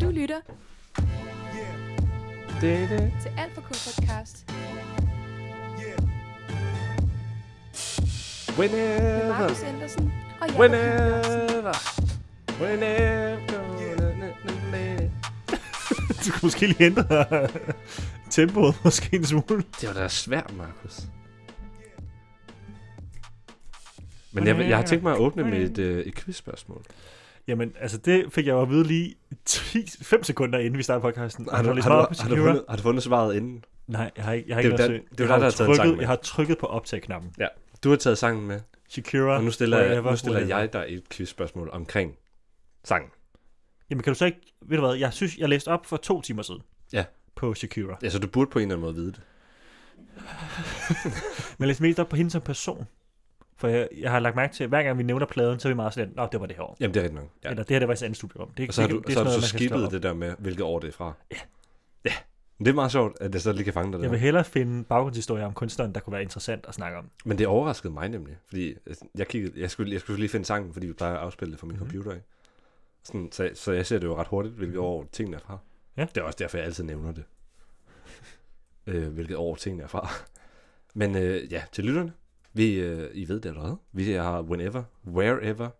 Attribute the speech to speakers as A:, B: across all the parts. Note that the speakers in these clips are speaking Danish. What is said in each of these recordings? A: lytter
B: Det er det.
A: til Alt for K podcast med
B: Whenever.
A: Markus Andersen og Jacob Hylgaardsen.
B: Whenever. Whenever. Na, na, na, na.
C: Du kan måske lige ændre tempoet måske en smule.
B: Det var da svært, Markus. Men jeg, jeg har tænkt mig at åbne med et, øh, et quizspørgsmål.
C: Jamen, altså det fik jeg jo at vide lige 10, 5 sekunder inden vi startede podcasten.
B: Har du, har, du,
C: lige svaret på
B: har, du
C: Shakira?
B: fundet, har du fundet svaret inden?
C: Nej, jeg har ikke, jeg har
B: Det er
C: ikke
B: jo
C: noget
B: der- det
C: søg.
B: er jo
C: Jeg
B: der, der
C: har
B: har taget
C: trykket,
B: sangen med.
C: Jeg har trykket på optag-knappen.
B: Du har taget sangen med,
C: Shakira,
B: og nu stiller, jeg,
C: whatever,
B: nu stiller
C: whatever.
B: jeg dig et quizspørgsmål omkring sangen.
C: Jamen kan du så ikke... Ved du hvad, jeg synes, jeg læste op for to timer siden.
B: Ja.
C: På Shakira.
B: Altså, du burde på en eller anden måde vide det.
C: Men jeg læste mest op på hende som person. For jeg, jeg har lagt mærke til, at hver gang vi nævner pladen, så er vi meget sådan, Nå, det var det her år.
B: Jamen, det er rigtigt nok.
C: Ja.
B: Ja.
C: Eller det her, det var et andet studie om. Det,
B: Og så har
C: det,
B: du,
C: det er
B: så,
C: sådan
B: har du
C: noget,
B: så
C: man kan slå
B: skippet
C: op.
B: det der med, hvilket år det er fra. Ja. Ja. Men Det er meget sjovt, at jeg så lige kan fange dig
C: Jeg
B: der.
C: vil hellere finde baggrundshistorier om kunstneren, der kunne være interessant at snakke om.
B: Men det overraskede mig nemlig, fordi altså, jeg, kiggede, jeg, skulle, jeg skulle lige finde sangen, fordi vi plejer at afspille det fra min
C: Mhm. Mhm.
B: mm-hmm. computer. Ikke? Sådan, så, så jeg ser det jo ret hurtigt, hvilket år tingene er fra.
C: Ja.
B: Det er også derfor, jeg altid nævner det. øh, hvilket år tingene er fra. Men øh, ja, til lytterne. Vi, øh, I ved det allerede. Vi har Whenever, Wherever,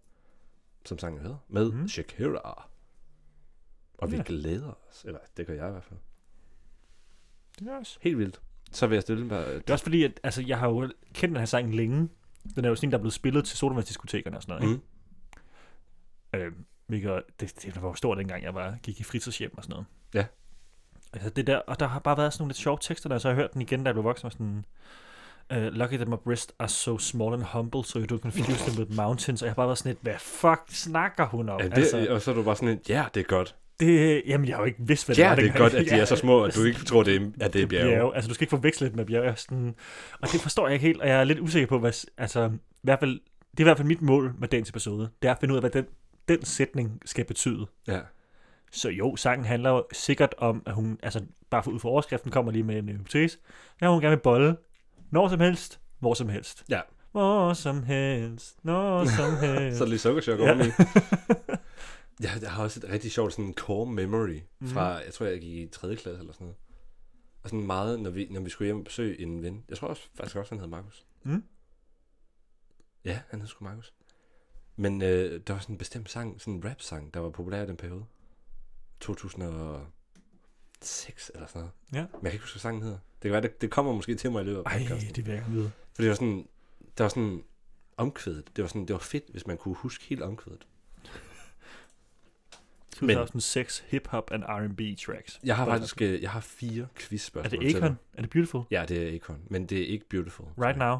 B: som sangen hedder, med
C: Mhm.
B: mm. Shakira. Og vi
C: Ja.
B: glæder os. Eller det gør jeg i hvert fald.
C: Det er også.
B: Helt vildt. Så vil jeg stille mig...
C: Det er også fordi, at altså, jeg har jo kendt den her sang længe. Den er jo sådan en, der er blevet spillet til sodavandsdiskotekerne og sådan noget. Ikke?
B: Mm.
C: Øh, hvilket, det, det var jo stort dengang, jeg var, gik i fritidshjem og sådan noget.
B: Ja.
C: Altså det der, og der har bare været sådan nogle lidt sjove tekster, der så har jeg hørt den igen, da jeg blev voksen, og sådan, uh, Lucky that my breasts are so small and humble, so you don't confuse them with mountains, og jeg har bare været sådan lidt, hvad fuck snakker hun om?
B: Ja, det,
C: altså,
B: Og så er du bare sådan en, ja, det er godt.
C: det, jamen jeg har jo ikke vidst, hvad det
B: Ja,
C: var
B: det er
C: dengang.
B: godt, at de er så små, at du ikke tror, det er, at det er
C: bjerge.
B: bjerge.
C: Altså, du skal ikke forveksle det med bjerge. Jeg er Sådan, og det forstår jeg ikke helt, og jeg er lidt usikker på, hvad, s- altså, i hvert fald, det er i hvert fald mit mål med dagens episode, det er at finde ud af, hvad den, den sætning skal betyde.
B: Ja.
C: Så jo, sangen handler jo sikkert om, at hun, altså bare for ud fra overskriften, kommer lige med en hypotese, at hun gerne vil bolle, når som helst, hvor som helst.
B: Ja.
C: Hvor som helst, når som helst.
B: Så er det lige sukkerchok
C: Ja.
B: ja. oveni. Ja, jeg har også et rigtig sjovt sådan core memory
C: Mhm.
B: fra, jeg tror, jeg gik i 3. klasse eller sådan noget. Og sådan meget, når vi, når vi skulle hjem og besøge en ven. Jeg tror også, faktisk også, han hed Markus.
C: Mm.
B: Ja, han hed sgu Markus. Men øh, der var sådan en bestemt sang, sådan en rap-sang, der var populær i den periode. 2006 eller sådan noget.
C: Ja.
B: Men jeg kan ikke huske, hvad sangen hedder. Det kan være, det, det kommer måske til mig i løbet af
C: Ej,
B: podcasten.
C: det virker vidt.
B: For det var sådan, der var sådan omkvædet. Det var sådan, det var fedt, hvis man kunne huske helt omkvædet. Men-
C: 2006 hip-hop and R&B tracks.
B: Jeg har
C: Sådan.
B: faktisk, øh, jeg har fire
C: Er
B: quizspørgsmål
C: det
B: til dig.
C: Akon? Er det Beautiful?
B: Ja, det er Akon, men det er ikke Beautiful.
C: Right now?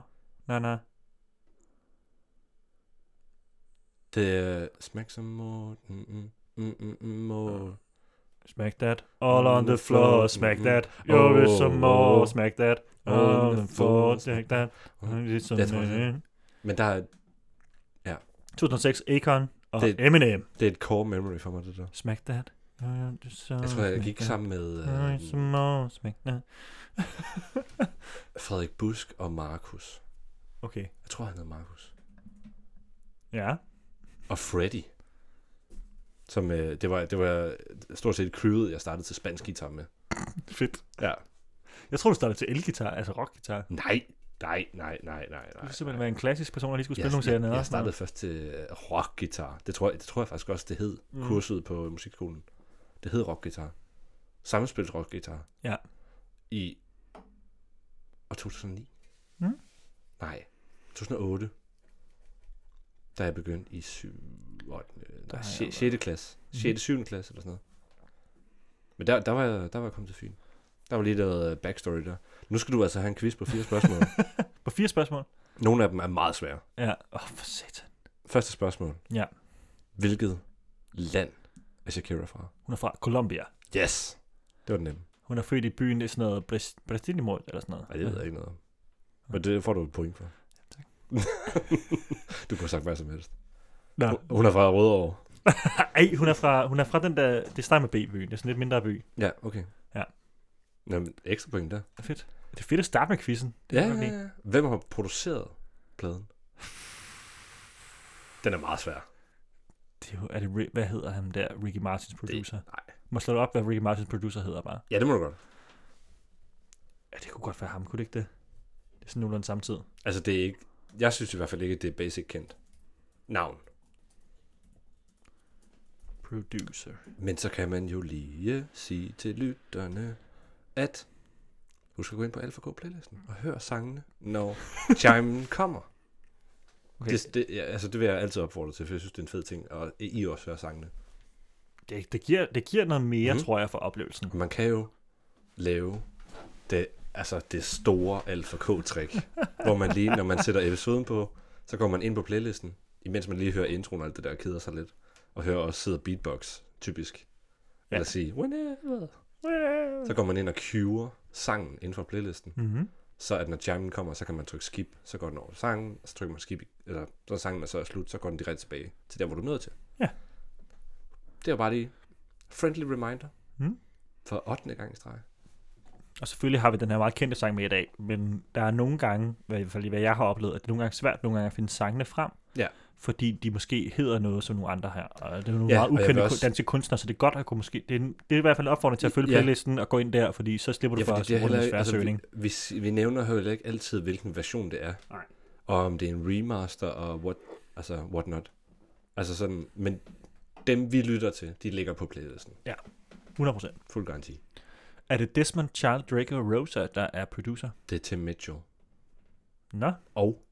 C: Nej, nej.
B: Det er Smack Some More. Mm, mm, mm, mm, mm, more.
C: Smack that. All on the floor, smack
B: Mm-hmm.
C: that. You're with some
B: Oh,
C: more, smack that. On the floor, smack that. It's some
B: Jeg tror, det
C: man.
B: Men der er,
C: 2006, Akon og
B: Det-
C: Eminem.
B: det er et core memory for mig, det der.
C: Smack that.
B: Jeg
C: Jeg
B: tror, jeg gik sammen med
C: Ah,
B: øh,
C: Some more, smack that.
B: Frederik Busk og Markus.
C: Okay.
B: Jeg tror, han hed Markus.
C: Ja.
B: Og Freddy. Som, øh, det, var, det var stort set crewet, jeg startede til spansk guitar med.
C: Fedt.
B: Ja.
C: Jeg tror, du startede til elgitar, altså rockgitar.
B: Nej, nej, nej, nej, nej,
C: Du
B: nej.
C: skulle simpelthen
B: nej.
C: være en klassisk person, der lige skulle spille
B: jeg,
C: nogle serier
B: jeg, jeg startede først til øh, rockguitar. Det tror, jeg, det tror jeg faktisk også, det hed
C: Mm.
B: mm. kurset på musikskolen. Det hed rockguitar. Sammenspillet rockguitar.
C: Ja.
B: I år 2009?
C: Mm.
B: Nej, 2008. Da jeg begyndte i 7, 8, nej,
C: jeg Mhm.
B: 6.
C: været.
B: 6. klasse. 6. Mm. 7. klasse eller sådan noget. Men der, der, var jeg, der var jeg kommet til Fyn. Der var lige noget øh, backstory der. Nu skal du altså have en quiz på fire spørgsmål.
C: På fire spørgsmål.
B: Nogle af dem er meget svære.
C: Ja. Åh, oh, for satan.
B: Første spørgsmål.
C: Ja.
B: Hvilket land er Shakira fra?
C: Hun er fra Colombia.
B: Yes! Det var den nemme.
C: Hun er født i byen, det er sådan noget Bres- Brasilien eller sådan noget.
B: Ej, det ved jeg ikke noget om. Men det får du et point for.
C: tak.
B: du kunne have sagt hvad som helst.
C: Nå.
B: Hun- Hun er fra Rødovre.
C: Ej, hun er fra, hun er fra den der, det starter med B-byen, det er sådan lidt mindre by.
B: Ja, okay.
C: Ja.
B: Nå, men ekstra point der.
C: Fedt. Det er fedt at starte med quizzen. Det
B: Ja,
C: kan jeg godt lide.
B: ja, ja. Hvem har produceret pladen? Den er meget svær.
C: Det er, jo, er det, Ri- hvad hedder han der, Ricky Martins producer?
B: nej.
C: Må slå det op, hvad Ricky Martins producer hedder bare.
B: Ja, det må du godt.
C: Ja, det kunne godt være ham, kunne det ikke det? Det er sådan nogenlunde samtidig.
B: Altså, det er ikke... Jeg synes i hvert fald ikke, at det er basic kendt navn.
C: Producer.
B: Men så kan man jo lige sige til lytterne, at husk at gå ind på Alpha K playlisten og hør sangene, når chimen kommer.
C: Okay.
B: Okay. Det, det, ja, altså, det vil jeg altid opfordre til, for jeg synes, det er en fed ting, og I også hører sangene.
C: Det, det, giver, det giver noget mere, mm.
B: Mhm.
C: tror jeg, for oplevelsen.
B: Man kan jo lave det, altså det store Alpha K-trick, hvor man lige, når man sætter episoden på, så går man ind på playlisten, imens man lige hører introen og alt det der, og keder sig lidt, og hører også sidder beatbox, typisk.
C: Ja.
B: Ja. Eller sige, whenever. Så går man ind og cuer sangen inden for playlisten,
C: Mm-hmm.
B: så at når jammen kommer, så kan man trykke skip, så går den over til sangen, og så trykker man skip, i- eller når sangen er så er slut, så går den direkte tilbage til der, hvor du er nødt til.
C: Ja.
B: Det var bare lige friendly reminder
C: Mm.
B: for 8. gang i streg.
C: Og selvfølgelig har vi den her meget kendte sang med i dag, men der er nogle gange, i hvert fald i hvad jeg har oplevet, at det er nogle gange svært nogle gange at finde sangene frem.
B: Ja.
C: Fordi de måske hedder noget som nogle andre her. Og det er nogle
B: Ja,
C: ja, meget
B: og jeg vil
C: ukendte også...
B: også-
C: danske kunstnere, så det er godt at kunne måske... Det er, en- det er i hvert fald en opfordring til at følge
B: Ja.
C: playlisten og gå ind der, fordi så slipper du ja, for
B: fordi
C: at runde en svær altså, søgning.
B: vi, vi, s- vi nævner heller ikke altid, hvilken version det er.
C: Nej.
B: Og om det er en remaster og what, altså what not. Altså sådan, men dem vi lytter til, de ligger på playlisten.
C: 100%.
B: Fuld garanti.
C: Er det Desmond, Child, Draco og Rosa, der er producer?
B: Det er Tim Mitchell
C: Nå?
B: og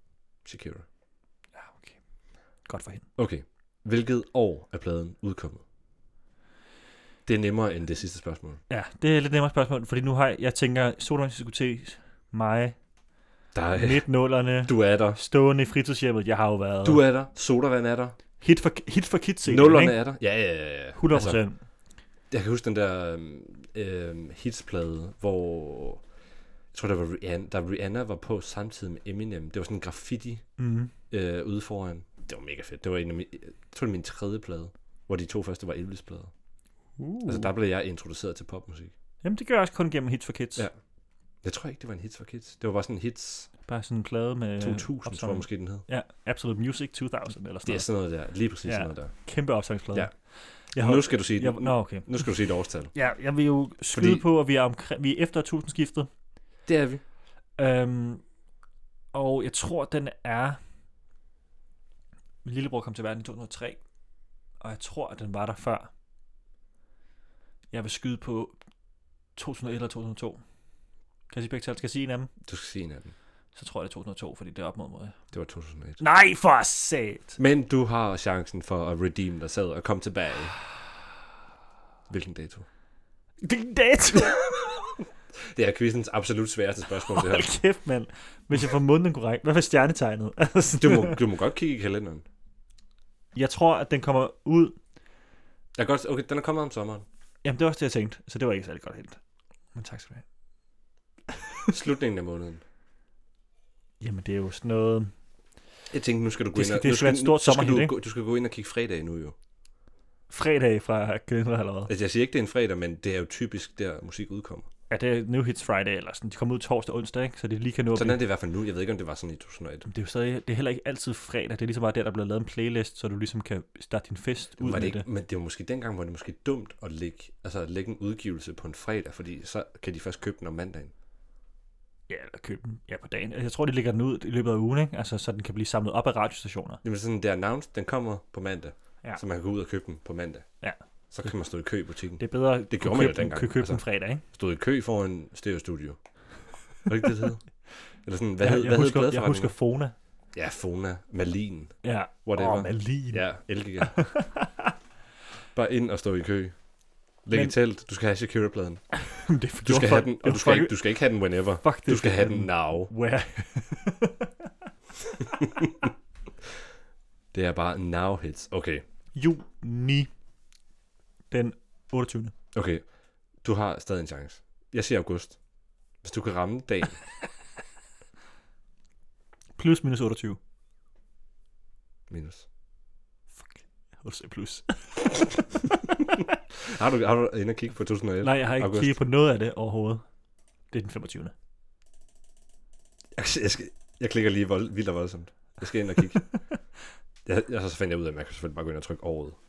B: Shakira.
C: Ja, okay. Godt for hende.
B: Okay, hvilket år er pladen udkommet? Det er nemmere end det sidste spørgsmål.
C: Ja, det er et lidt nemmere spørgsmål, fordi nu har jeg, jeg tænker, Sodavands diskotek, mig,
B: Der er,
C: midt nullerne,
B: du er der.
C: stående i fritidshjemmet, jeg har jo været.
B: Du er der. Sodavand er der.
C: Hit for, hit for kids scenen,
B: Nullerne
C: ikke?
B: er der. Ja, ja, ja, ja.
C: 100 procent. Altså,
B: Jeg kan huske den der øhm, øhm, hitsplade, hvor jeg tror, der var Rihanna, der Rihanna var på samtidig med Eminem. Det var sådan en graffiti
C: mm.
B: øh, ude foran. Det var mega fedt. Det var en af mine, jeg tror, det var min tredje plade, hvor de to første var Elvis-plader.
C: uh.
B: Uh. Altså, der blev jeg introduceret til popmusik.
C: Jamen, det gør jeg også kun gennem Hits for Kids. Ja.
B: Ja. Jeg tror ikke, det var en hits for kids. Det var bare sådan en hits
C: Bare sådan en plade med...
B: 2000,
C: opsamling.
B: tror jeg måske, den hed.
C: Ja, Absolute Music 2000 eller sådan
B: Det er
C: yes.
B: sådan noget der. Lige præcis
C: Ja.
B: ja. sådan noget der.
C: noget. Kæmpe opsamlingsplade.
B: Ja.
C: Jeg
B: Nu skal du sige,
C: jeg,
B: jeg,
C: Nå, okay.
B: nu skal du sige et årstal.
C: Ja, jeg vil jo skyde Fordi...
B: Fordi-
C: på, at vi er, omkring, vi er efter tusindskiftet.
B: Det er vi.
C: Øhm, og jeg tror, den er... Min lillebror kom til verden i 2003, og jeg tror, at den var der før. Jeg vil skyde på 2001 eller 2002. Kan jeg sige begge tal? Skal jeg sige en af dem?
B: Du skal sige en af dem.
C: Så tror jeg, det er 2002, fordi det er op mod mig.
B: Det var 2001.
C: Nej, for sat!
B: Men du har chancen for at redeem dig selv og komme tilbage. Hvilken dato?
C: Din dato!
B: Det er quizens absolut sværeste spørgsmål, det her.
C: Hold kæft, mand. Hvis jeg får munden korrekt. Hvad var stjernetegnet? Altså,
B: Du må, du må godt kigge i kalenderen.
C: Jeg tror, at den kommer ud...
B: Jeg kan godt, okay, den er kommet om sommeren.
C: Jamen, det var også det, jeg tænkte. Så det var ikke særlig godt helt. Men tak skal du have.
B: Slutningen af måneden.
C: Jamen, det er jo sådan noget...
B: Jeg tænkte, nu skal du gå
C: Det
B: ind
C: skal-
B: og...
C: det
B: nu
C: skal være et stort
B: nu skal
C: sommerhit,
B: du,
C: ikke?
B: gå- du skal gå ind og kigge fredag nu jo.
C: fredag fra kalenderen eller hvad?
B: Altså, jeg siger ikke, det er en fredag, men det er jo typisk, der musik udkommer.
C: Ja, det er New Hits Friday, eller sådan. De kommer ud torsdag og onsdag, ikke? Så det lige kan nå at
B: Sådan er
C: blive...
B: det i hvert fald nu. Jeg ved ikke, om det var sådan i 2001.
C: Det er jo stadig, det er heller ikke altid fredag. Det er ligesom bare der, der er blevet lavet en playlist, så du ligesom kan starte din fest ud
B: Var det
C: med
B: ikke,
C: det.
B: Men det var måske dengang, hvor det måske dumt at lægge, altså at lægge en udgivelse på en fredag, fordi så kan de først købe den om mandagen.
C: Ja, eller købe den ja, på dagen. Altså, Jeg tror, de lægger den ud i løbet af ugen, ikke? Altså, så den kan blive samlet op af radiostationer.
B: Jamen sådan der announced, den kommer på mandag,
C: Ja.
B: ja. så man kan gå ud og købe den på mandag.
C: Ja.
B: Så kan man stå i kø i butikken.
C: Det er bedre at
B: Det
C: kunne
B: gjorde man jo
C: købe den-
B: dengang,
C: kunne købe
B: altså.
C: den fredag, ikke?
B: stod i kø foran Stereo Studio. Var det ikke det, det hed? Eller sådan, hvad
C: jeg,
B: hed,
C: jeg,
B: hvad hed
C: husker, jeg
B: pladeforretningen?
C: husker Fona.
B: Ja, Fona, Malin,
C: Ja.
B: whatever.
C: Åh, Malin.
B: ja, LGG. Bare ind og stå i kø. Læg
C: Men-
B: Men... i telt. Du skal have Shakira-pladen.
C: det er for-
B: Du
C: det var
B: skal
C: for-
B: have den,
C: det
B: og
C: var
B: du
C: for-
B: skal, ikke, du skal ikke have den whenever.
C: Fuck, det
B: Du skal
C: var-
B: have den now.
C: Where?
B: Det er bare now hits. Okay,
C: Juni. Den 28.
B: okay. Du har stadig en chance. Jeg siger august. Hvis du kan ramme dagen.
C: Plus minus 28.
B: Minus.
C: Fuck. Jeg vil sige plus.
B: Har du, har du været inde og kigge på 2011?
C: Nej, jeg har ikke
B: August.
C: kigget på noget af det overhovedet. Det er den 25.
B: Jeg, jeg, skal, jeg klikker lige vold, vildt og voldsomt. Jeg skal ind og kigge. jeg, jeg, så fandt jeg ud af, at man kan selvfølgelig bare gå ind og trykke året.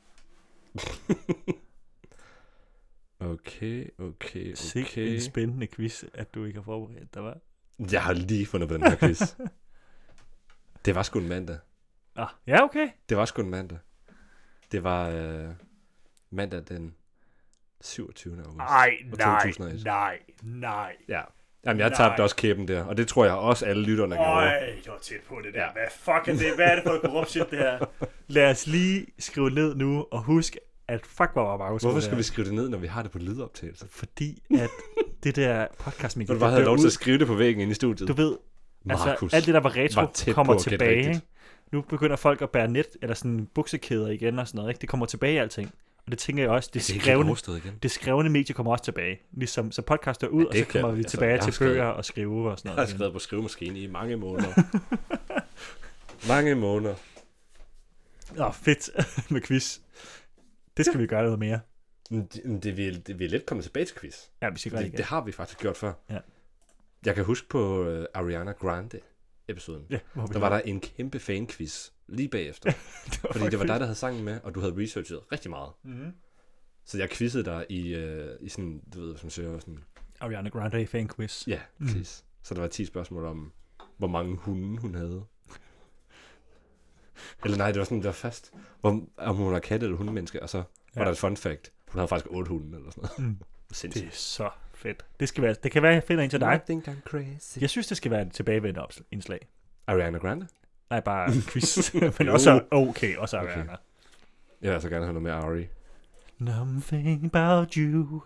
B: Okay, okay,
C: Sikke
B: okay.
C: en spændende quiz, at du ikke har forberedt dig, var.
B: Jeg har lige fundet på den her quiz. det var sgu en mandag.
C: Ah, ja, okay.
B: Det var sgu en mandag. Det var øh, mandag den 27. august.
C: Ej,
B: Og
C: nej,
B: 2001.
C: nej, nej.
B: Ja. Jamen, jeg
C: Nej.
B: tabte også kæben der, og det tror jeg også alle lytterne gjorde.
C: Øj, jeg var tæt på det der.
B: Ja.
C: Hvad fuck er det? Hvad er det for et korrupt shit, det her? Lad os lige skrive ned nu, og husk, at fuck, hvor var Markus.
B: Hvorfor skal vi skrive det ned, når vi har det på lydoptagelse?
C: Fordi at det der podcast, Mikkel,
B: For du bare havde lov til at skrive det på væggen inde i studiet.
C: Du ved, altså,
B: Markus
C: alt det, der var retro,
B: var tæt
C: kommer
B: på at gætte
C: tilbage.
B: rigtigt.
C: ikke? Nu begynder folk at bære net, eller sådan buksekæder igen og sådan noget. Ikke? Det kommer tilbage alting. Og det tænker jeg også, det,
B: det er ikke
C: skrevne,
B: overstået igen.
C: det skrevne medie kommer også tilbage. Ligesom, så podcast er ud, ja, og så
B: det kan-
C: kommer vi
B: altså,
C: tilbage
B: jeg har
C: til
B: skrevet-
C: bøger og skrive og sådan
B: Jeg
C: noget.
B: har
C: igen.
B: skrevet på skrivemaskine i mange måneder. mange måneder.
C: Nå, fedt med quiz. Det skal ja. vi gøre noget mere.
B: Men Det, men det, vi, er- det, vi er lidt kommet tilbage til quiz.
C: Ja, vi skal gøre det,
B: Det,
C: igen.
B: det har vi faktisk gjort før.
C: Ja.
B: Jeg kan huske på øh, Ariana Grande-episoden.
C: Ja, hvor vi
B: Der var der en kæmpe fanquiz lige bagefter. Fordi det var dig, der havde sangen med, og du havde researchet rigtig meget.
C: Mm-hmm.
B: Så jeg quizzede dig i, øh, i sådan, du ved, som søger sådan,
C: Ariana Grande fan quiz.
B: ja, quiz. Så der var 10 spørgsmål om, hvor mange hunde hun havde. Eller nej, det var sådan, det var fast. Hvor, om hun var katte eller hundemenneske, og så ja. var
C: Ja.
B: der et fun fact. Hun havde faktisk 8 hunde eller sådan noget.
C: Mm. Det
B: Sindssygt.
C: er så fedt. Det, skal være, det kan være, jeg finder en til dig.
B: I think I'm crazy.
C: Jeg synes, det skal være et tilbagevendende opsl- indslag.
B: Ariana Grande?
C: Nej, bare quiz. Men
B: Jo.
C: også okay, også
B: Okay.
C: Ariana.
B: Jeg vil altså gerne have noget mere Ari.
C: Nothing about you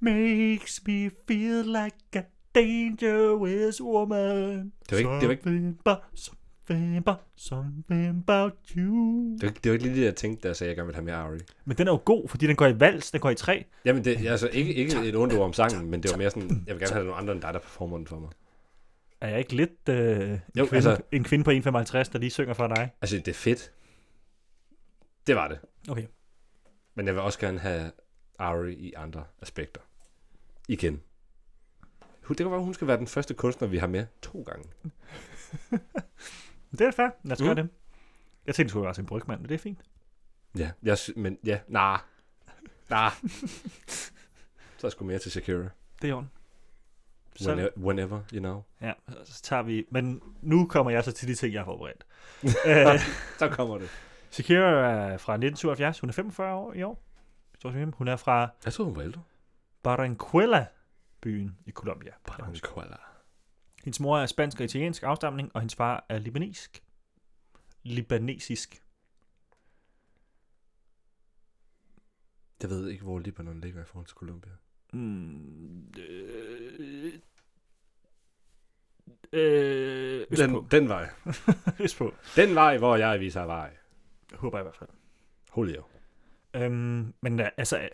C: makes me feel like a dangerous woman.
B: Det var ikke- det var ikke-
C: Something about, something about, something about you.
B: Det var, ikke- det var ikke lige det, jeg tænkte, da jeg sagde, at jeg gerne ville have mere Ari.
C: Men den er jo god, fordi den går i vals, den går i tre.
B: Jamen, det er altså ikke, ikke et ondt ord om sangen, men det var mere sådan, jeg vil gerne have nogle andre end dig, der performer den for mig.
C: Er jeg ikke lidt øh, en,
B: Jo,
C: kvinde,
B: altså-
C: altså... en kvinde på 1,55, der lige synger for dig?
B: Altså, det er fedt. Det var det.
C: Okay.
B: Men jeg vil også gerne have Ari i andre aspekter. Igen. Hun- Det kan være, hun skal være den første kunstner, vi har med to gange.
C: Det er fair. Lad os
B: Mm.
C: mm. gøre det. Jeg tænkte, du skulle være sådan en brygmand, men det er fint.
B: Ja, jeg, sy- men ja, nah. Nah. Så er jeg sgu mere til Shakira.
C: Det er i orden. Så,
B: Whenever, whenever you know.
C: ja, så tager vi... Men nu kommer jeg så til de ting, jeg har forberedt. øh,
B: Så kommer det.
C: Shakira er fra 1977. Hun er 45 år i år. Stort set. Hun er fra
B: Jeg troede, hun var ældre.
C: Barranquilla-byen i Colombia.
B: Brancola.
C: Hendes mor er spansk og italiensk afstamning, og hendes far er libanesisk. Libanesisk.
B: Jeg ved ikke, hvor Libanon ligger i forhold til Colombia.
C: Mm, øh, øh, østpå.
B: Den, den vej.
C: østpå.
B: Den vej, hvor jeg viser vej.
C: Håber jeg i hvert fald.
B: Julio.
C: Øhm, men øh, altså, øh,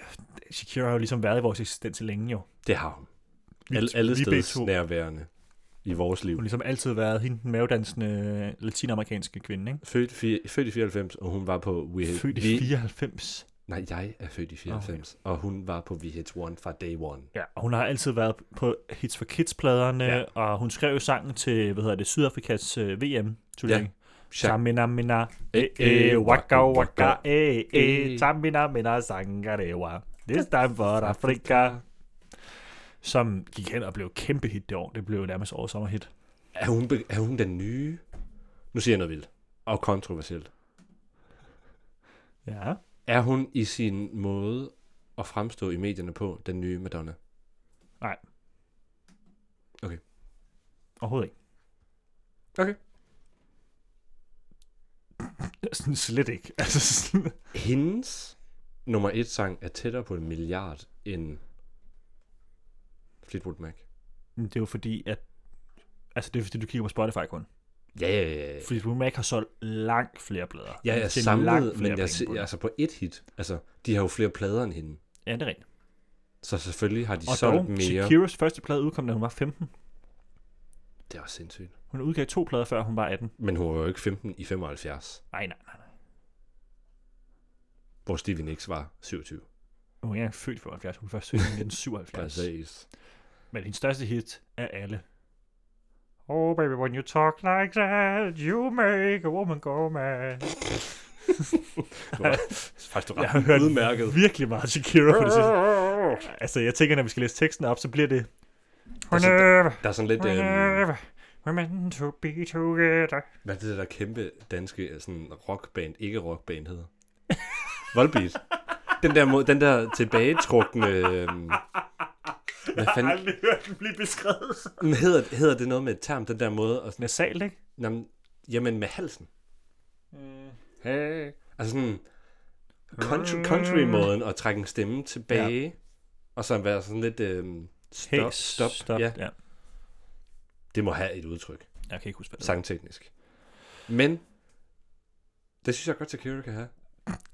C: Shakira har jo ligesom været i vores eksistens så længe jo.
B: Det har hun.
C: Vi-
B: Alle, alle
C: vi begge
B: steds
C: to.
B: nærværende i vores liv.
C: Hun har ligesom altid været hende den mavedansende øh, latinamerikanske kvinde, ikke?
B: Født, fi, født i 94, og hun var på VH,
C: Født i
B: vi-
C: 94.
B: Nej, jeg er født i 94, okay. og hun var på VH1 fra day one.
C: Ja, og hun har altid været på Hits for Kids-pladerne,
B: Ja.
C: ja. og hun skrev jo sangen til, hvad hedder det, Sydafrikas øh, VM. Ja. Tamina mina, eh, eh, waka waka, eh, eh, tamina mina sangarewa. This time for Afrika. Som gik hen og blev et kæmpe hit det år. Det blev nærmest årets sommerhit.
B: Er hun, be- er hun den nye? Nu siger jeg noget vildt. Og kontroversielt.
C: Ja.
B: Er hun i sin måde at fremstå i medierne på den nye Madonna?
C: Overhovedet ikke.
B: Okay.
C: Sådan slet ikke. Altså, sådan,
B: Hendes nummer et sang er tættere på en milliard end Fleetwood Mac.
C: Men det er jo fordi, at... Altså, det er fordi, du kigger på Spotify kun.
B: Ja, ja, ja. ja.
C: Fordi Blue Mac har solgt langt flere plader.
B: Ja, jeg
C: Tjener
B: er
C: langt
B: samlet,
C: flere
B: men jeg,
C: penge
B: se-
C: på det.
B: altså på et hit. Altså, de har jo flere plader end hende.
C: Ja, det er rent.
B: Så selvfølgelig har de
C: Og
B: solgt
C: dog,
B: mere.
C: Shakiras første plade udkom, da hun var 15.
B: Det er også sindssygt.
C: Hun udgav to plader, før hun var 18.
B: Men hun var jo ikke 15 i 75,
C: Nej, nej, nej. nej.
B: hvor Stevie Nicks var 27.
C: Hun er ikke engang født i 75. Hun var først født i 1977.
B: Præcis.
C: men hendes største hit er alle. Oh baby, when you talk like that, you make a woman go mad.
B: Du var faktisk du var
C: Jeg har
B: ret
C: hørt
B: udmærket.
C: virkelig meget Shakira på det sidste. Altså, jeg tænker, når vi skal læse teksten op, så bliver det...
B: Altså,
C: Whenever,
B: Der er sådan lidt... Øh,
C: whenever, we're meant to be together.
B: hvad er det der kæmpe danske øh, sådan rockband, ikke rockband hedder? Volbeat. Den der, mod, den der tilbagetrukne... Øh, hvad
C: Jeg har
B: fanden
C: aldrig hørt den blive beskrevet.
B: Men hedder, hedder det noget med et term, den der måde? Og,
C: Nasalt, ikke?
B: jamen, jamen, med halsen.
C: Mm.
B: Hey. Altså sådan country, country-måden at trække en stemme tilbage, ja. og så være sådan lidt... Øh, stop,
C: Hey,
B: stop, stop. Ja,
C: ja.
B: det må have et udtryk,
C: Jeg kan ikke huske, hvad det
B: sangteknisk. Men, det synes jeg godt, Shakira kan have.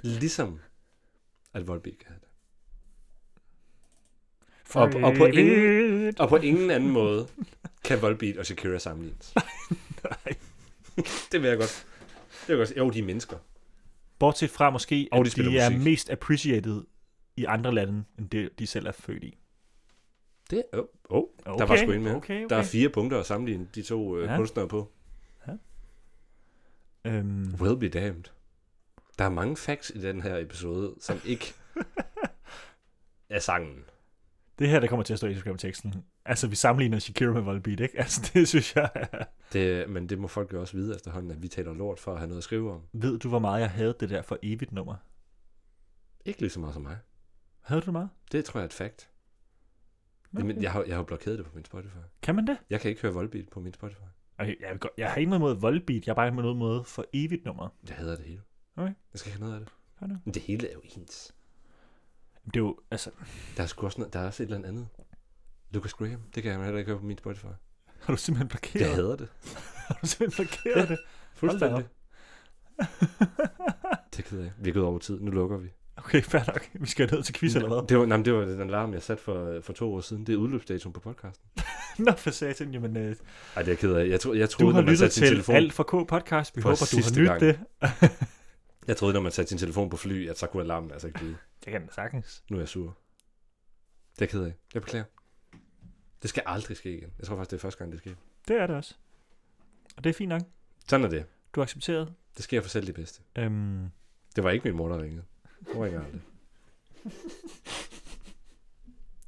B: Ligesom, at Volbeat kan have det.
C: var.
B: og- og på ingen-
C: Evigt.
B: Og på ingen anden måde kan Volbeat og Shakira sammenlignes.
C: Nej.
B: Det vil jeg godt. Det vil jeg godt. Jo, de er mennesker.
C: Bortset fra måske,
B: Og
C: at
B: de
C: de,
B: spiller
C: de er
B: musik.
C: mest appreciated i andre lande, end det, de selv er født i.
B: Det er... Åh, oh, oh,
C: Okay,
B: der var sgu en med.
C: Okay, okay.
B: Der er fire punkter at sammenligne de to øh, ja.
C: Ja.
B: kunstnere på.
C: øhm,
B: Well be damned. Der er mange facts i den her episode, som ikke er sangen.
C: det her, der kommer til at stå i Instagram-teksten. Altså, vi sammenligner Shakira med Volbeat, ikke? Altså, det synes jeg er...
B: Det, men det må folk jo også vide efterhånden, at vi taler lort for at have noget at skrive om.
C: Ved du, hvor meget jeg havde det der for evigt nummer?
B: Ikke lige så meget som mig.
C: Havde du det meget?
B: Det tror jeg er et fact.
C: Okay.
B: Jamen, jeg har, jeg har blokeret det på min Spotify.
C: Kan man det?
B: Jeg kan ikke høre Volbeat på min Spotify.
C: Okay, jeg, vil godt- jeg har ikke noget mod Volbeat, jeg har bare ikke noget mod for evigt nummer.
B: Jeg hader det hele.
C: Okay.
B: Jeg skal ikke have noget af det.
C: Fair nok.
B: Men det hele er jo ens.
C: Det er jo, altså,
B: Der er sgu også, noget- der er også et eller andet. Lucas Graham, det kan jeg heller ikke høre på min Spotify.
C: har du simpelthen
B: Jeg
C: blokeret,
B: hader det.
C: har du simpelthen blokeret det?
B: Fuldstændig. Det keder jeg. Vi er gået over tid. Nu lukker vi.
C: Okay, fair nok. Vi skal ned til quiz eller hvad?
B: Det var, nej, men det var den alarm, jeg satte for, for to år siden. Det er udløbsdatoen på podcasten.
C: Nå, for satan, jamen, øh,
B: Nej, det er jeg ked af. Jeg, tro, jeg
C: Du
B: troede,
C: har
B: når man
C: lyttet
B: satte sin
C: til
B: telefon,
C: telefon. Alt for K podcast. Vi
B: For
C: håber, du har
B: sidste gang.
C: nydt det.
B: Jeg troede, når man satte sin telefon på fly, at så kunne alarmen altså ikke lyde.
C: Det kan man sagtens.
B: Nu er jeg sur. Det er jeg ked af. Jeg beklager. Det skal aldrig ske igen. Jeg tror faktisk, det er første gang, det sker.
C: Det er det også. Og det er fint nok.
B: Sådan er det.
C: Du har accepteret.
B: Det sker for selv det bedste.
C: Øhm,
B: Det var ikke min mor, der ringede. Hun ringer aldrig.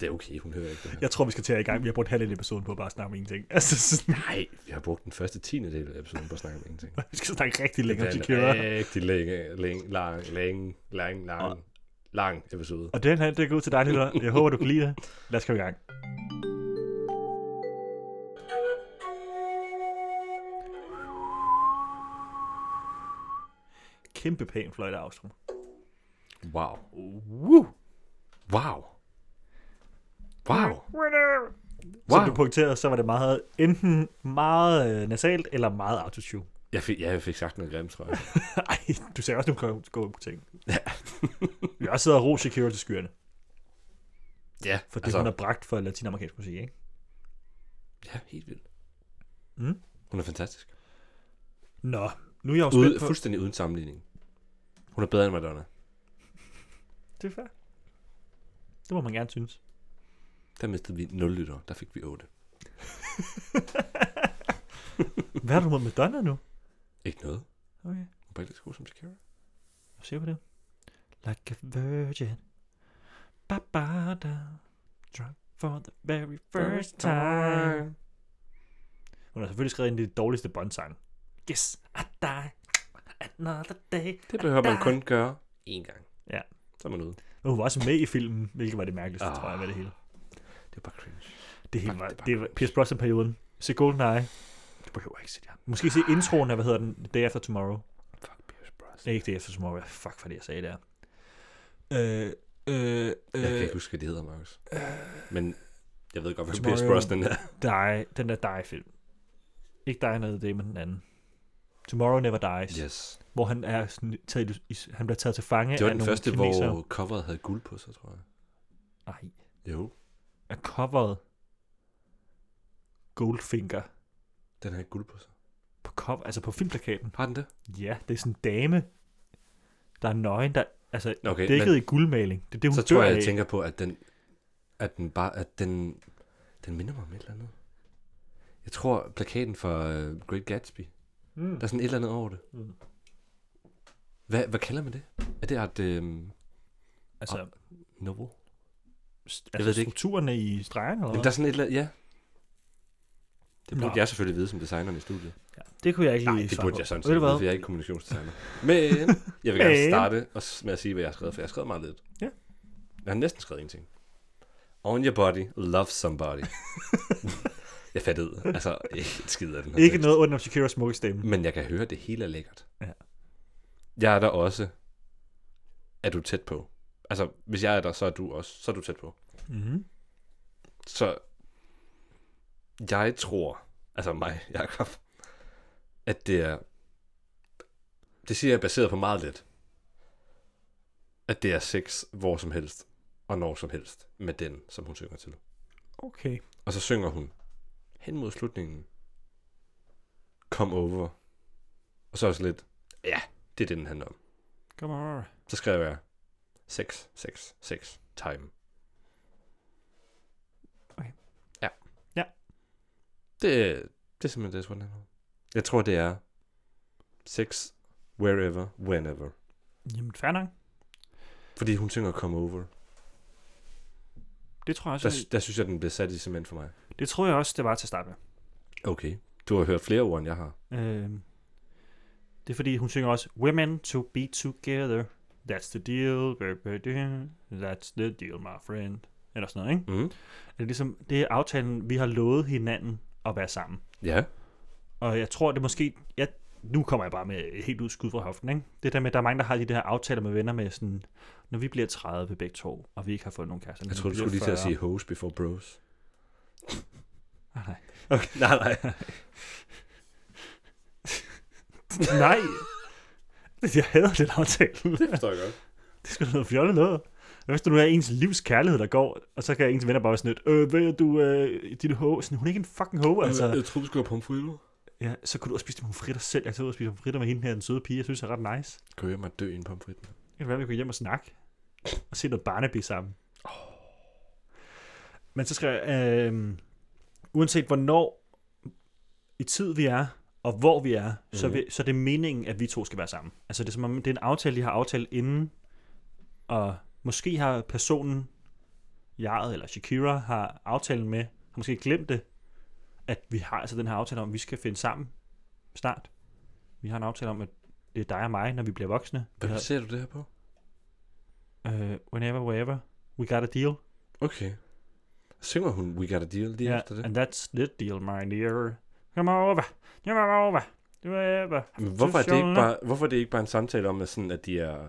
B: Det er okay, hun hører ikke det her.
C: jeg tror, vi skal til at i gang. Vi har brugt halvdelen af episoden på at bare snakke om ingenting. Altså, sådan,
B: Nej, vi har brugt den første tiende del af episoden på at snakke om ingenting.
C: vi skal snakke rigtig længe om
B: Det er en Øh,
C: Shakira.
B: Rigtig længe, længe, lang, længe, lang, lang, lang episode.
C: Og den her, det går ud til dig, lytter. Jeg håber, du kan lide det. Lad os komme i gang. Kæmpe pæn fløjte, Avstrup.
B: Wow.
C: Woo!
B: Wow. Wow.
C: Wow.
B: Wow.
C: Som du pointerede, så var det meget, enten meget øh, nasalt eller meget autotune.
B: Jeg fik, ja, jeg fik sagt noget grimt, tror jeg.
C: Ej, du sagde også nogle gode- gode ting. Ja. Vi har også siddet og ro Shakira til skyerne,
B: ja,
C: for det altså. hun har bragt for latinamerikansk musik, ikke?
B: Ja, helt vildt.
C: Mm.
B: Hun er fantastisk.
C: Nå, nu er jeg jo spændt
B: Ude,
C: på...
B: fuldstændig uden sammenligning. Hun er bedre end Madonna.
C: Det er fair. Det må man gerne synes.
B: Der mistede vi 0 lytter. Der fik vi 8.
C: Hvad har du mod Madonna nu?
B: Ikke noget.
C: Okay,
B: Hun er bare ikke lige så god som Shakira.
C: jeg ser på det. Like a virgin. Ba -ba -da. Drunk for the very first time. Hun har selvfølgelig skrevet en af de dårligste bondsang. Yes, I die another day.
B: Det behøver man kun gøre én gang.
C: Ja.
B: Så er man ude.
C: Men hun var også med i filmen, hvilket var det mærkeligste,
B: Ah.
C: oh. tror jeg, ved det hele.
B: Det er bare cringe.
C: Det hele
B: Fuck,
C: var,
B: det var
C: det var Pierce Brosnan-perioden. Se GoldenEye. Du behøver ikke se det. Måske se introen af, hvad hedder den, Day After Tomorrow.
B: Fuck Pierce Brosnan.
C: Nej, ikke Day After Tomorrow. Fuck, hvad det jeg sagde der. Øh, øh,
B: Jeg kan ikke
C: øh,
B: huske, hvad det hedder, Markus. Men jeg ved godt, hvad
C: Tomorrow-
B: Pierce Brosnan er.
C: die, den der Die-film. Ikke Die Another Day, men den anden. Tomorrow Never Dies,
B: Yes.
C: hvor han, er sådan, taget, i- han bliver taget til fange
B: Det var
C: af
B: den
C: nogle
B: første,
C: kinesere.
B: hvor coveret havde guld på sig, tror jeg.
C: Nej,
B: Jo,
C: er coveret Goldfinger
B: den havde guld på sig.
C: på, cover, altså på filmplakaten.
B: Har den det?
C: Ja, det er sådan en dame, der er nøgen, der altså
B: Nå, Okay,
C: dækket i guldmaling. Det er det,
B: men
C: hun
B: så
C: dør
B: tror jeg,
C: af.
B: jeg tænker på, at den, at den bare, at den, den minder mig om et eller andet. Jeg tror, plakaten for øh, Great Gatsby,
C: Mm.
B: der er sådan et eller andet over det.
C: Mm.
B: Hvad, hvad kalder man det? Er det art øh,
C: Altså,
B: novel?
C: st-
B: jeg
C: altså
B: ved det ikke.
C: strukturerne i stregerne? Eller
B: Jamen,
C: hvad?
B: der er sådan et eller andet, ja. Det burde
C: Nå.
B: Nå. jeg selvfølgelig vide som designeren i studiet.
C: ja, det kunne jeg ikke
B: Nej,
C: lige
B: det
C: svare
B: burde
C: på.
B: jeg sådan
C: Ved
B: set
C: du
B: vide,
C: hvad?
B: for jeg er ikke kommunikationsdesigner. Men jeg vil gerne
C: Men.
B: starte og s- med at sige, hvad jeg har skrevet, for jeg har skrevet meget lidt.
C: Ja.
B: Jeg har næsten skrevet en ting. On your body, love somebody. jeg fattede altså ikke en skid af den her
C: Ikke
B: tekst.
C: noget under Shakira smukke stemme.
B: Men jeg kan høre, at det hele er lækkert.
C: Mm. Ja.
B: Jeg er der også. Er du tæt på? Altså, hvis jeg er der, så er du også. Så er du tæt på.
C: Mm-hmm.
B: Så jeg tror, altså mig, Jacob, at det er, det siger jeg baseret på meget lidt, at det er sex hvor som helst og når som helst med den, som hun synger til.
C: Okay.
B: Og så synger hun hen mod slutningen, come over, og så er jeg sådan lidt, ja, det er det, den handler om.
C: Kom on.
B: Så skrev jeg, sex, sex, sex, time.
C: Okay.
B: Ja.
C: Ja.
B: Det, det er simpelthen det, jeg tror, den handler om. Jeg tror, det er sex, wherever, whenever.
C: Jamen, fair nok.
B: Fordi hun synger come over.
C: Det tror jeg også,
B: Der, der synes jeg, den blev sat i cement for mig.
C: det tror jeg også, det var til at starte med.
B: Okay. Du har hørt flere ord, end jeg har.
C: Øhm, det er fordi, hun synger også, Women to be together, that's the deal, baby, that's the deal, my friend. Eller sådan noget, ikke?
B: Mm.
C: Det er ligesom, det er aftalen, vi har lovet hinanden at være sammen.
B: Ja.
C: Og jeg tror, det måske... Jeg, nu kommer jeg bare med helt ud skud fra hoften, ikke? Det der med, at der er mange, der har de der aftaler med venner med sådan... Når vi bliver 30 begge to, og vi ikke har fået nogen kærester.
B: Jeg tror, du
C: når vi
B: skulle lige til
C: bliver
B: at sige hoes before bros.
C: 40. Ah, nej.
B: Okay, nej, nej.
C: nej! Jeg hader den aftale.
B: Det forstår jeg godt.
C: Det er sgu da noget fjollet noget. Hvad hvis du nu er ens livs kærlighed, der går, og så kan ens venner bare være sådan lidt, øh, ved du, øh, dit ho, sådan, hun er ikke en fucking ho, altså.
B: tror, du skulle have pomfritter.
C: Ja, så kunne du også spise nogle fritter selv. Jeg kan tage ud og spise nogle fritter med hende her, den søde pige, jeg synes det er ret nice.
B: Gå hjem og dø i en pomfrit.
C: Det kan være, vi kunne hjem og snakke. Og se noget Barnaby sammen. Men så skal jeg, øh, uanset hvornår i tid vi er, og hvor vi er, mm. så,
B: Mhm.
C: vi, så er det meningen, at vi to skal være sammen. Altså det er som om, det er en aftale, de har aftalt inden, og måske har personen, jeg eller Shakira, har aftalen med, har måske glemt det, at vi har altså den her aftale om, at vi skal finde sammen snart. Vi har en aftale om, at det er dig og mig, når vi bliver voksne. Vi
B: Hvad
C: har-
B: baserer du det her på?
C: Uh, whenever, wherever, we got a deal.
B: Okay. Synger hun We Got A Deal lige
C: Yeah,
B: efter det?
C: and that's the deal, my dear. Come over, come over, wherever.
B: Men hvorfor er det,
C: Sjovt,
B: ikke
C: ne?
B: bare, hvorfor er det ikke bare en samtale om, at, sådan, at de er...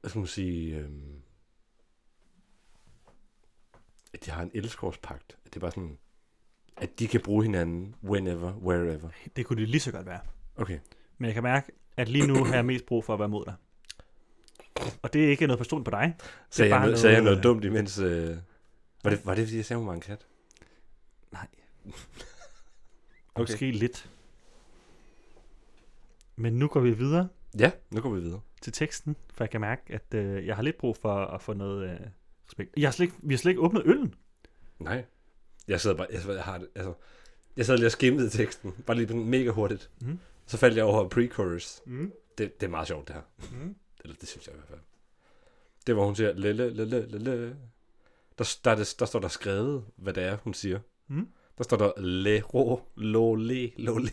B: Hvad skal man sige... Øhm, at de har en elskårspagt. At det er bare sådan... At de kan bruge hinanden whenever, wherever.
C: Det kunne det lige så godt være.
B: Okay.
C: Men jeg kan mærke, at lige nu har jeg mest brug for at være mod dig. Og det er ikke noget person på dig.
B: Så jeg,
C: bare
B: noget, sagde jeg
C: noget,
B: noget dumt imens... Øh, var, det, var det, fordi jeg sagde, hun var en kat?
C: Okay. Måske lidt. Men nu går vi videre
B: Ja, nu går vi videre.
C: til teksten, for jeg kan mærke, at øh, jeg har lidt brug for at få noget øh, respekt. Jeg har slet ikke, vi har slet ikke åbnet øllen.
B: Nej. Jeg sad bare, jeg, jeg har det, altså, jeg sad lige og skimmede teksten, bare lige sådan mega hurtigt.
C: Mhm.
B: Mm. Så faldt jeg over pre-chorus.
C: Mm.
B: Det, det er meget sjovt, det her.
C: Mm.
B: Eller det synes jeg i hvert fald. Det hvor hun siger, lille, lille, lille. Der, der, er det, der står der skrevet, hvad det er, hun siger.
C: Mm.
B: Der står der, le, ro, lo, le, lo, le.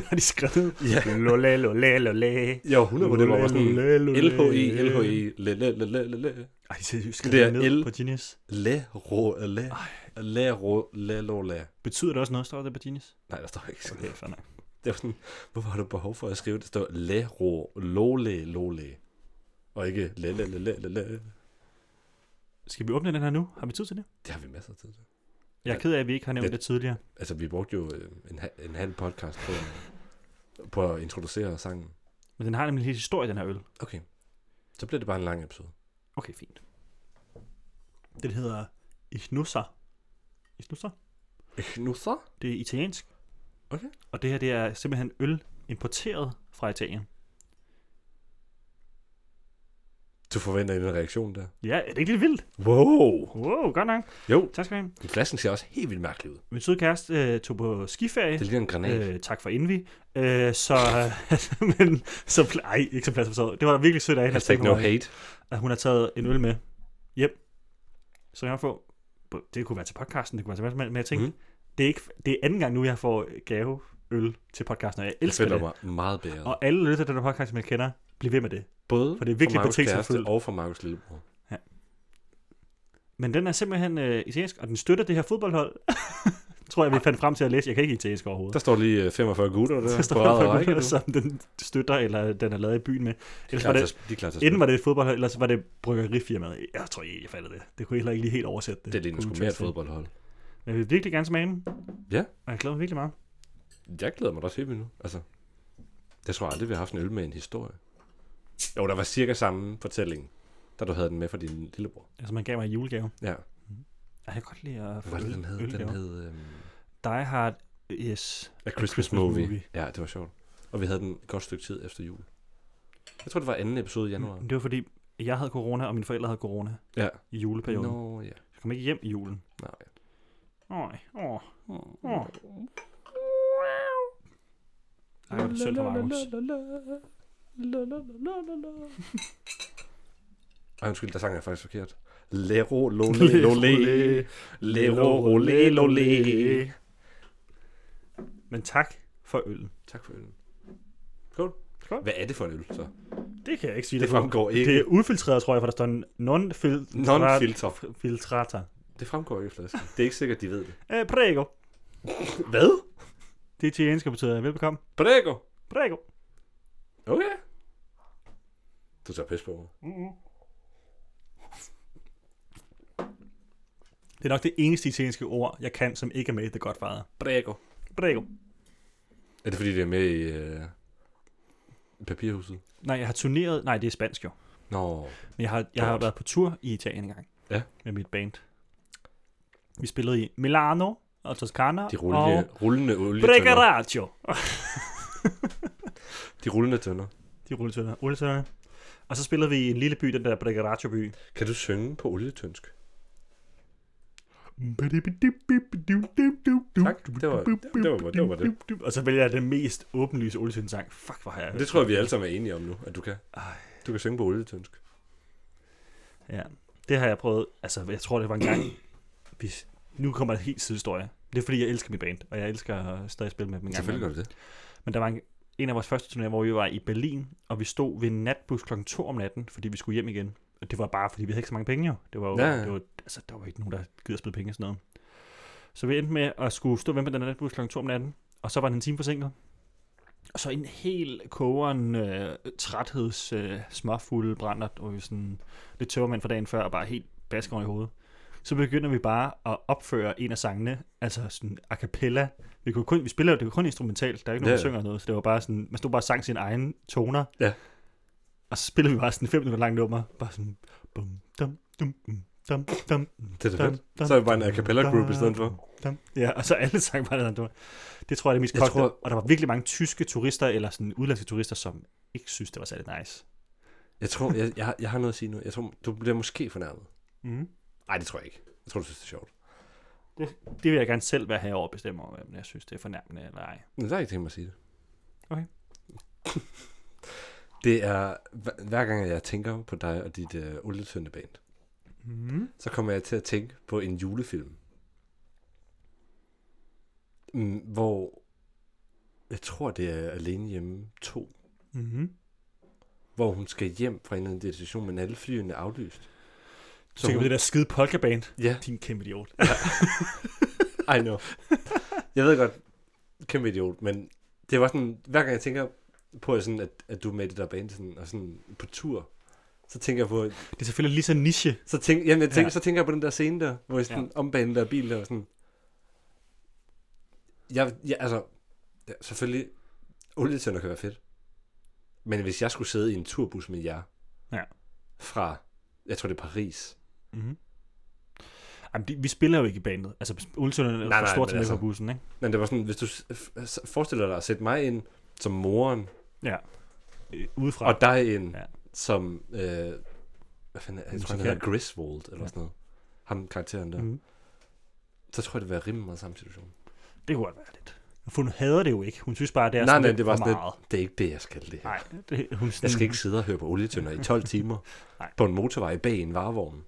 C: Har de skrevet?
B: Ja,
C: Lole, lole, lole.
B: jeg var 100 på det, hvor jeg var sådan, E,
C: Lolololol.
B: LHI, LHI, le, le, le, le, le, le.
C: Ej, seriøst,
B: Det
C: det
B: er
C: er ned
B: L.
C: på Genius.
B: Le, ro, le, le, ro, le, lo, le.
C: Betyder det også noget, står der på Genius?
B: Nej, der står ikke sådan.
C: Okay, fair nok.
B: Det var sådan, hvorfor har du behov for at skrive det? står le, ro, lole, lole. Og ikke le, le, le, le, le, le.
C: Skal vi åbne den her nu? Har vi tid til det?
B: Det har vi masser af tid til.
C: Jeg er ked af, at vi ikke har nævnt
B: Ja.
C: det tidligere.
B: Altså, vi brugte jo øh, en, ha- en halv podcast på, på at introducere sangen.
C: Men den har nemlig en lille historie, den her øl.
B: Okay. Så bliver det bare en lang episode.
C: Okay, fint. Den hedder Ichnusa. Ichnusa?
B: Nu så?
C: Det er italiensk.
B: Okay.
C: Og det her, det er simpelthen øl importeret fra Italien.
B: Du forventer en reaktion der.
C: Ja, er det ikke lidt vildt?
B: Wow!
C: Wow, godt nok.
B: Jo,
C: Tak skal du have.
B: men flasken ser også helt vildt mærkelig ud.
C: Min søde kæreste øh, tog på skiferie.
B: Det ligner en granat. Øh.
C: Øh, tak for envy. Øh, så, men, så, pl- ej, ikke som plads for såret. Det var virkelig sødt af hende, at
B: Hashtag
C: tænke
B: Altså, no
C: over,
B: hate.
C: at hun har taget en øl med hjem. Så jeg får, det kunne være til podcasten, det kunne være til hvad som helst, men jeg tænkte,
B: Mm.
C: mm. det, er ikke, det er anden gang nu, jeg får gaveøl til podcasten, og jeg
B: Jeg
C: elsker
B: føler
C: det.
B: mig meget bedre.
C: Og alle lytter til den her podcast, som jeg kender, bliv ved med det.
B: Både
C: for det er virkelig
B: for Markus
C: betingelsesfuldt.
B: kæreste og for Markus Lillebror.
C: Men den er simpelthen øh, italiensk, og den støtter det her fodboldhold. Tror jeg, vi fandt frem til at læse. Jeg kan ikke italiensk overhovedet.
B: Der står lige øh, 45 gutter der.
C: Der står
B: på rad og
C: der
B: række,
C: fodbold,
B: du.
C: som den støtter, eller den er lavet i byen med.
B: De er
C: Ellers
B: klar
C: var
B: til
C: det,
B: at sp- de er klar til at
C: enten
B: spille.
C: var det et fodboldhold, eller så var det bryggerifirmaet. Jeg tror ikke, jeg fattede det. Det kunne jeg heller ikke lige helt oversætte det.
B: Det ligner sgu mere et fodboldhold.
C: Men jeg vil virkelig gerne smage den.
B: Ja.
C: Og jeg glæder mig virkelig meget.
B: Jeg glæder mig da til nu. Altså, jeg tror aldrig, vi har haft en øl med en historie. Jo, der var cirka samme fortælling, da du havde den med fra din lillebror.
C: Altså, man gav mig en julegave.
B: Ja.
C: Jeg kan godt lide at
B: Hvad
C: få
B: var det,
C: øl-
B: den hed? Den
C: ølgaver.
B: hed øhm,
C: Die Hard Yes.
B: A Christmas,
C: Christmas
B: movie.
C: Movie.
B: Ja, det var sjovt. Og vi havde den et godt stykke tid efter jul. Jeg tror, det var anden episode i januar.
C: Men Det var fordi, jeg havde corona, og mine forældre havde corona
B: Mm. Ja.
C: i juleperioden.
B: Nå, ja.
C: Jeg kom ikke hjem i julen.
B: Nej.
C: Åh, åh.
B: Oh.
C: Ej, hvor er det synd for Markus.
B: Ej, undskyld, der sang jeg faktisk forkert. Lero, lole, lole. Lero, lole, lole.
C: Men tak for øllen.
B: Tak for øllen. Skål.
C: Skål.
B: Hvad er det for en øl, så?
C: Det kan jeg ikke sige.
B: Det fremgår ikke.
C: det er ufiltreret, tror jeg, for der står non-filtrata.
B: Non-filter. Det fremgår ikke i flasken. Det er ikke sikkert, de ved det.
C: Eh, prego.
B: Hvad?
C: Det italienske betyder velbekomme.
B: Prego.
C: Prego.
B: Okay. Du tager pis på mig.
C: Det er nok det eneste italienske ord, jeg kan, som ikke er med i The Godfather.
B: Prego.
C: Prego.
B: Er det fordi, det er med i øh, papirhuset?
C: Nej, jeg har turneret. Nej, det er spansk jo.
B: Nå.
C: Men jeg har, jeg har
B: Godt.
C: været på tur i Italien engang.
B: Ja.
C: Med mit band. Vi spillede i Milano og Toscana
B: De rullende,
C: og
B: oh. rullende olietønder.
C: Brecaraggio.
B: De rullende tønder.
C: De rulletønder. Rulletønderne. Og så spillede vi i en lille by, den der Brecaraggio by.
B: Kan du synge på olietønsk? Tak, det var, det var, det var det.
C: Og så vælger jeg den mest åbenlyse olietøndesang. Fuck, hvor har jeg...
B: Det tror jeg, vi alle sammen er enige om nu, at du kan. Du kan synge på olietønsk.
C: Ja, det har jeg prøvet. Altså, jeg tror, det var en gang... Vi... Nu kommer der helt sidehistorie. Det er, fordi jeg elsker mit band, og jeg elsker stadig at spille med dem en gang.
B: Selvfølgelig gør
C: imellem.
B: du det.
C: Men der var en, en af vores første turnéer, hvor vi var i Berlin, og vi stod ved en natbus kl. 2 om natten, fordi vi skulle hjem igen. Og det var bare, fordi vi havde ikke så mange penge jo. Det var jo,
B: Ja, ja.
C: Det var, altså, der var ikke nogen, der gider at spille penge og sådan noget. Så vi endte med at skulle stå ved på den natbus kl. 2 om natten, og så var den en time forsinket. Og så en helt kogeren, øh, trætheds, øh, småfulde brænder, og vi sådan lidt tømmermænd fra dagen før, og bare helt basker i hovedet. Så begynder vi bare at opføre en af sangene, altså sådan a cappella. Vi, kunne kun, vi spiller jo det var kun instrumentalt, der er ikke nogen,
B: Ja,
C: der
B: ja.
C: synger noget, så det var bare sådan, man stod bare og sang sine egne toner.
B: Ja.
C: Og så spillede vi bare sådan en fem minutter langt nummer, bare sådan, bum, dum, dum, mm, dum, dum, mm,
B: Det er da
C: dum,
B: fedt.
C: dum,
B: Så er vi bare en a cappella group i stedet for.
C: dum. Ja, og så alle sang bare den Det tror jeg, det er mest
B: Jeg
C: kogt.
B: tror-
C: Og der var virkelig mange tyske turister, eller sådan udenlandske turister, som ikke synes, det var særlig nice.
B: Jeg tror, jeg, jeg, har- jeg har noget at sige nu. Jeg tror, du bliver måske fornærmet.
C: Mm.
B: Nej, det tror jeg ikke. Jeg tror, du synes, det er sjovt.
C: Det vil jeg gerne selv være herover og bestemme over, om jeg synes, det er fornærmende eller ej.
B: Men der er ikke tænkt mig at sige det.
C: Okay.
B: det er, hver- hver gang jeg tænker på dig og dit øh, olietønde band,
C: Mm.
B: så kommer jeg til at tænke på en julefilm. Mm, Hvor, jeg tror, det er Alene Hjemme 2,
C: Mm-hmm.
B: hvor hun skal hjem fra en eller anden destination, men alle flyene er aflyst.
C: Så tænker på det der skide polkaband.
B: Ja,
C: Din kæmpe idiot.
B: I know. jeg ved godt, kæmpe idiot, men det var sådan, hver gang jeg tænker på, at, sådan, at, at du er med i det der band, sådan, og sådan på tur, så tænker jeg på,
C: Det er selvfølgelig lige så niche.
B: så, tænk, jamen, jeg tænker,
C: Ja.
B: så tænker jeg på den der scene der, hvor jeg sådan ja.
C: Ja.
B: ombaner der bil der, og sådan, jeg, jeg altså, ja, selvfølgelig, olietønder kan være fedt, men hvis jeg skulle sidde i en turbus med jer,
C: Ja.
B: fra, jeg tror det er Paris, Mhm.
C: Mm-hmm. Jamen, de, vi spiller jo ikke i bandet. Altså, Olsønderne
B: Nej,
C: er for
B: nej,
C: stort
B: men
C: til altså.
B: altså-
C: på bussen, ikke?
B: men det var sådan, hvis du s- f- s- forestiller dig at sætte mig ind som moren,
C: Ja. Øh, Udefra.
B: Og dig en,
C: Ja.
B: ja. som øh, Hvad fanden, er- jeg tror, han hedder Griswold eller
C: Ja.
B: sådan noget. Ham karakteren der. Mm.
D: Mm.
B: Så tror jeg, det var rimelig meget samme situation.
C: Det kunne godt være lidt. For hun hader det jo ikke. Hun synes bare, det er
B: Nej,
C: sådan
B: nej,
C: lidt
B: det var
C: for
B: sådan
C: meget.
B: Det er ikke det, jeg skal det her.
C: Nej, det, hun sådan,
B: Jeg skal ikke sidde og høre på olietønder i 12 timer
C: Nej.
B: på en motorvej bag en varevogn.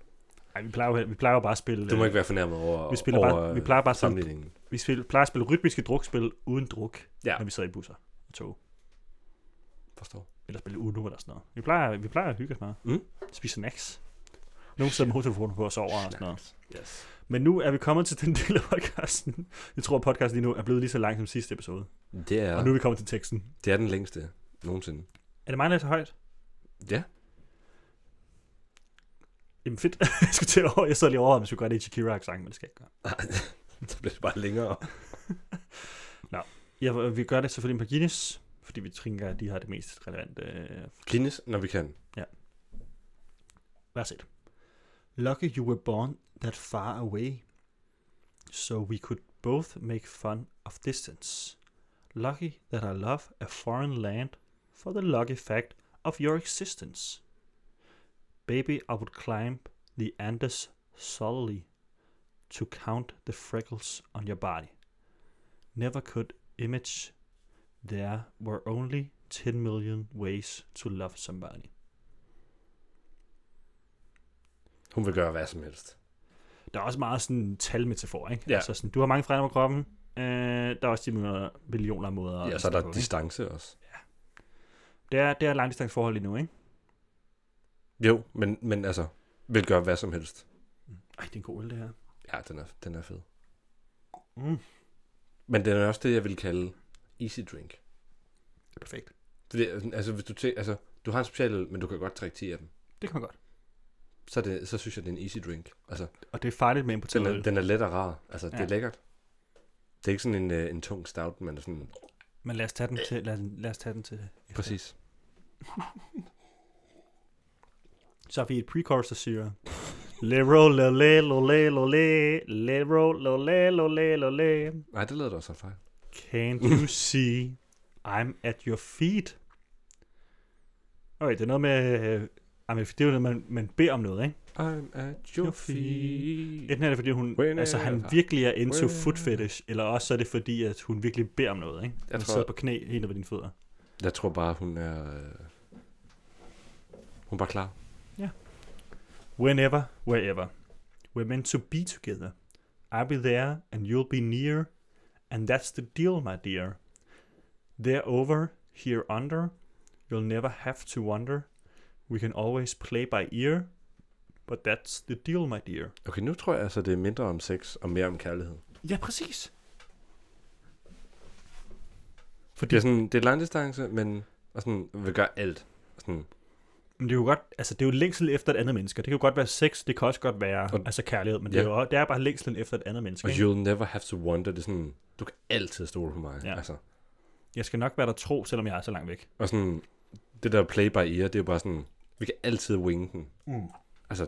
C: Nej, vi plejer jo, vi plejer jo bare at spille...
B: Du må
C: øh,
B: ikke være fornærmet over,
C: Vi spiller
B: over
C: bare- vi plejer bare at spille-
B: sammenligningen.
C: Vi spil, plejer at spille rytmiske drukspil uden druk,
B: Ja.
C: ja. når vi sidder i busser og tog.
B: Forstår.
C: Eller spille Uno eller sådan noget. Vi plejer, vi plejer at hygge os meget.
B: Mm.
C: Spise snacks. Nogle sidder med hovedtelefoner på og sover og sådan noget.
B: Yes.
C: Men nu er vi kommet til den del af podcasten. Jeg tror, at podcasten lige nu er blevet lige så lang som sidste episode.
B: Det er,
C: Ja. Og nu er vi kommet til teksten.
B: det er den længste nogensinde.
C: Er det mig, der er så højt?
B: Ja.
C: Jamen fedt. jeg skulle til at over. Jeg sad lige over, om jeg skulle gøre det i Shakira-accent, men det skal jeg ikke gøre.
B: Så bliver det bare længere.
C: Ja, vi gør det selvfølgelig på Guinness, fordi vi tænker, at de har det mest relevante øh,
B: Guinness, når vi kan.
C: Vær set. Lucky you were born that far away, so we could both make fun of distance. Lucky that I love a foreign land for the lucky fact of your existence. Baby, I would climb the Andes solely to count the freckles on your body. Never could image there were only 10 million ways to love somebody.
B: Hun vil gøre hvad som helst.
C: der er også meget sådan talmetafor, ikke?
B: Ja.
C: Ja. Altså sådan, du har mange fregner på kroppen, øh, der er også de millioner, millioner af
B: Ja,
C: måder. at
B: så er
C: sådan
B: der
C: på, ikke?
B: distance også.
C: det er, det er langdistanceforhold lige nu, ikke?
B: Jo, men, men altså, vil gøre hvad som helst. Mm.
C: Ej, det er en god øl, det her.
B: Ja, den er, den er fed.
C: Mm.
B: Men den er også det, jeg vil kalde easy drink.
C: Perfekt.
B: Fordi, altså, hvis du, tæ, altså, du har en speciel, øl, men du kan godt drikke 10 af dem.
C: Det kan man godt.
B: Så, er det, så synes jeg, det er en easy drink. Altså,
C: Og det er farligt med
B: den,
C: importeret
B: er,
C: øl.
B: den er let og rar. Altså, det er
C: Ja.
B: lækkert. Det er ikke sådan en, øh, en tung stout, men sådan...
C: Men lad os tage den til... Lad, lad os tage den til efter.
B: Præcis.
C: Så har vi et pre-chorus, der siger... Lero, lole, lole, lole, lero, lole, lole, lole.
B: Nej, det lavede du også en fejl.
C: Can you see I'm at your feet? Okay, det er noget med... Øh, ej, men det er jo noget, man, man beder om noget, ikke?
B: I'm at your
C: Your feet.
B: feet.
C: Enten er det, fordi hun,
B: Winner.
C: altså, han virkelig er into
B: Winner.
C: foot fetish, eller også så er det, fordi at hun virkelig beder om noget. Ikke?
B: Jeg
C: Hun
B: tror-
C: sidder på knæ helt ned ved dine fødder.
B: Jeg tror bare, hun er... Øh, hun er bare klar.
C: Whenever, wherever. We're meant to be together. I'll be there, and you'll be near. And that's the deal, my dear. There over, here under. You'll never have to wonder. We can always play by ear. But that's the deal, my dear.
B: Okay, nu tror jeg altså, det er mindre om sex og mere om kærlighed.
C: Ja, præcis.
B: Det er sådan, det er langdistance, men og sådan, vil gøre alt. Sådan,
C: Men det er jo godt, altså det er jo længsel efter et andet menneske. Det kan jo godt være sex, det kan også godt være
B: Og-
C: og, altså kærlighed, men
B: Ja.
C: det, er jo, også- det er bare længselen efter et andet menneske.
B: og
C: ikke?
B: you'll never have to wonder, det er sådan, du kan altid stole på mig.
C: Ja.
B: Altså.
C: Jeg skal nok være der tro, selvom jeg er så langt væk.
B: Og sådan, det der play by ear, det er jo bare sådan, vi kan altid winge den.
C: Mm.
B: Altså,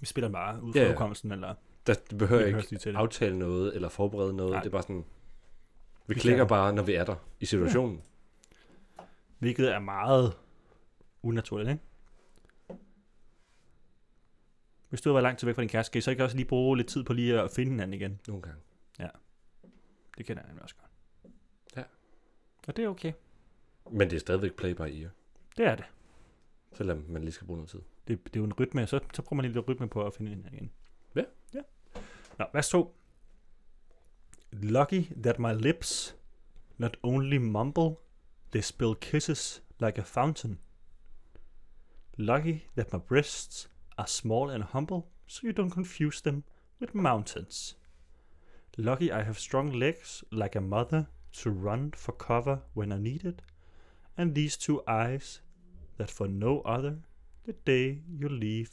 C: Vi spiller bare ud
B: Ja,
C: fra
B: ja.
C: hukommelsen, eller
B: der du behøver
C: vi
B: ikke
C: høres lige til det.
B: aftale noget, eller forberede noget,
C: Nej.
B: det er bare sådan, vi,
C: Vi
B: klikker
C: kan.
B: bare, når vi er der, i situationen.
C: Hvilket er meget unaturligt, ikke? Hvis du har været langt væk fra din kæreste, skal I så ikke også lige bruge lidt tid på lige at finde hinanden igen?
B: Nogle gange.
C: Det kender jeg nemlig også godt.
B: Ja.
C: Og det er okay.
B: Men det er stadigvæk play by ear,
C: Det er det.
B: selvom man lige skal bruge noget tid.
C: Det, det er jo en rytme, og så, så bruger man lige lidt rytme på at finde hinanden igen.
B: Ja.
C: ja. Nå, vers 2. Lucky that my lips not only mumble, they spill kisses like a fountain. Lucky that my breasts are small and humble, so you don't confuse them with mountains. Lucky I have strong legs like a mother to run for cover when I need it, and these two eyes that for no other The day you leave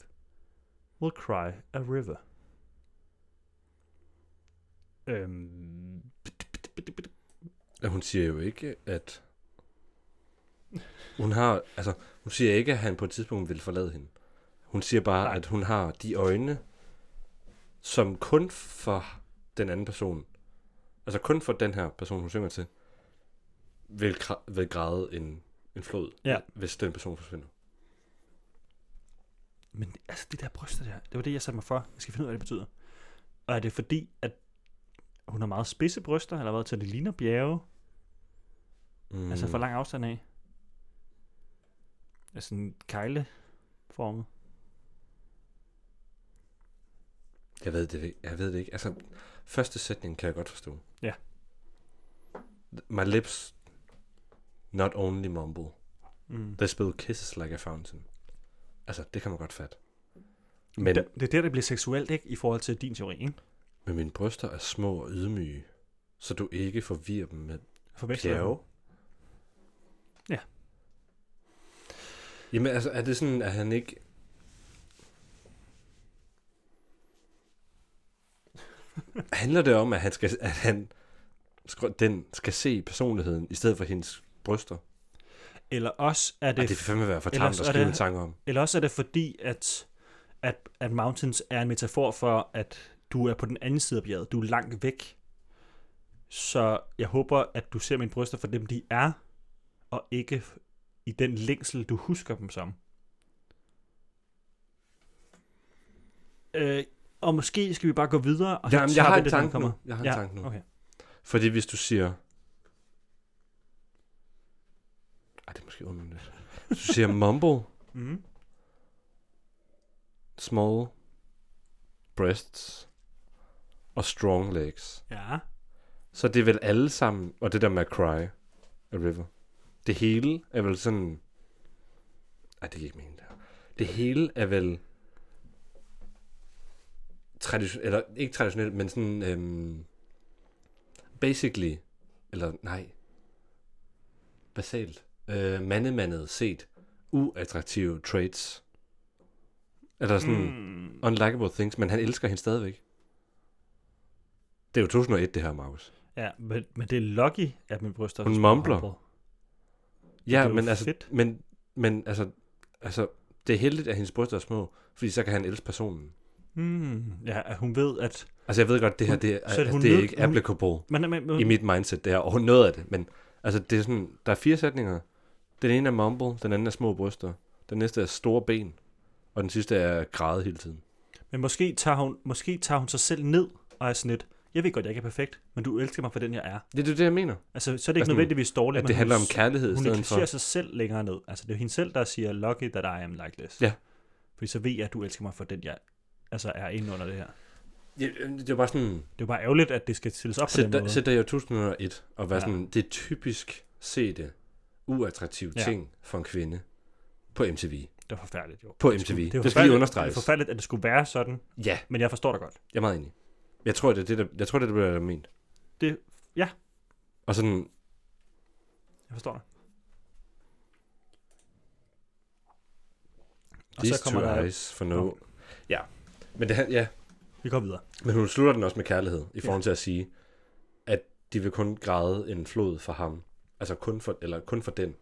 C: will cry a river. Øhm,
B: Ja, Hun siger jo ikke, at... Hun har, altså, hun siger ikke, at han på et tidspunkt vil forlade hende. Hun siger bare, Nej.
C: Nej.
B: at hun har de øjne, som kun for den anden person, altså kun for den her person, hun synger til, vil, gra- vil græde en, en flod,
C: Ja.
B: hvis den person forsvinder.
C: Men altså, det der bryster der, det var det, jeg satte mig for. Jeg skal finde ud af, hvad det betyder. Og er det fordi, at hun har meget spidse bryster, eller hvad, til det ligner bjerge? Mm. Altså for lang afstand af? Altså en kegleformet?
B: Jeg ved det, ikke- jeg ved det ikke. Altså, første sætning kan jeg godt forstå.
C: Ja.
B: My lips not only mumble,
C: Mm.
B: they spill kisses like a fountain. Altså, det kan man godt fatte.
C: Men
B: Men,
C: det, det er der, det bliver seksuelt, ikke? I forhold til din teori, ikke?
B: men mine bryster er små og ydmyge, så du ikke forvirrer dem med
C: Forveksler du?
B: bjerge.
C: Ja.
B: Jamen, altså, er det sådan, at han ikke... Handler det om, at han skal, at han, skr- den skal se personligheden, i stedet for hendes bryster?
C: Eller også er
B: Det,
C: det,
B: det vil fandme være for tamt at
C: ellers er
B: skrive
C: det-
B: en sang om.
C: eller også er det fordi, at, at, at mountains er en metafor for, at du er på den anden side af bjerget. Du er langt væk. Så jeg håber, at du ser mine bryster for dem, de er, og ikke i den længsel, du husker dem som. Øh, og måske skal vi bare gå videre. Og så
B: Jamen, jeg
C: tager vi
B: har en
C: det, når den
B: tanke
C: kommer.
B: nu. Jeg har en
C: Ja,
B: tanke nu.
C: Okay.
B: Fordi hvis du siger... Ej, det er måske underligt. Hvis du siger mumble,
C: Mm.
B: small breasts og strong legs.
C: Ja.
B: Så det er vel alle sammen, og det der med at cry a river. Det hele er vel sådan... Ej, det kan ikke mene det her. Det hele er vel... Tradition, eller ikke traditionelt, men sådan... Øhm, basically, eller nej, basalt, øh, mandemandet set, uattraktive traits. Eller sådan... Mm.
C: Mm.
B: Unlikable Things, men han elsker hende stadigvæk. Det er jo 2001, det her, Markus.
C: Ja, men, men det er Lucky, at min bryster...
B: Hun
C: er
B: mumbler.
C: humble. Det er
B: Ja,
C: jo
B: men altså,
C: fedt.
B: men, men altså, altså, det er heldigt, at hendes bryster er små, fordi så kan han elske personen.
C: Mm, ja, at hun ved, at...
B: Altså, jeg ved godt, det her,
C: Hun-
B: det er,
C: så er det,
B: altså,
C: hun
B: det er
C: nød-
B: ikke
C: hun-
B: applicable
C: Men, men, men,
B: i mit mindset, det er og noget af det, men altså, det er sådan, der er fire sætninger. Den ene er mumble, den anden er små bryster, den næste er store ben, og den sidste er græde hele tiden.
C: men måske, tager hun, måske tager hun sig selv ned og er sådan lidt, jeg ved godt, jeg ikke er perfekt, men du elsker mig for den, jeg er.
B: Det er jo det, jeg mener.
C: Altså, så er det ikke
B: Altså,
C: nødvendigvis dårligt,
B: At
C: men
B: det
C: hun-
B: handler om kærlighed i
C: hun
B: stedet for...
C: negligerer sig selv længere ned. Altså, det er jo hende selv, der siger, lucky that I am like this.
B: Ja.
C: Fordi så ved jeg, at du elsker mig for den, jeg altså, er inde under det her.
B: Ja, Det er bare sådan...
C: Det er jo bare ærgerligt, at det skal stilles op på
B: Sæt
C: den
B: dig,
C: måde.
B: sæt dig i år 1001 og vær
C: Ja.
B: ja. sådan, det er typisk sete, uattraktive
C: Ja.
B: ja. ting for en kvinde på MTV.
C: Det er forfærdeligt, jo.
B: På
C: Det skulle-
B: MTV.
C: jo
B: Det skal lige
C: forfærdeligt-
B: understreges.
C: Det er forfærdeligt, at det skulle være sådan,
B: Ja,
C: men jeg forstår dig godt.
B: jeg er meget enig. Jeg tror, det er det, der, jeg tror, det er det, der er ment.
C: Det- ja.
B: Og sådan,
C: Jeg forstår dig. Og
B: these
C: så kommer
B: two
C: der,
B: eyes for no... Ja. Men, det, han- ja.
C: vi går videre.
B: Men hun slutter den også med kærlighed, i forhold
C: Ja.
B: ja. til at sige, at de vil kun græde en flod for ham. Altså kun for, eller kun for den.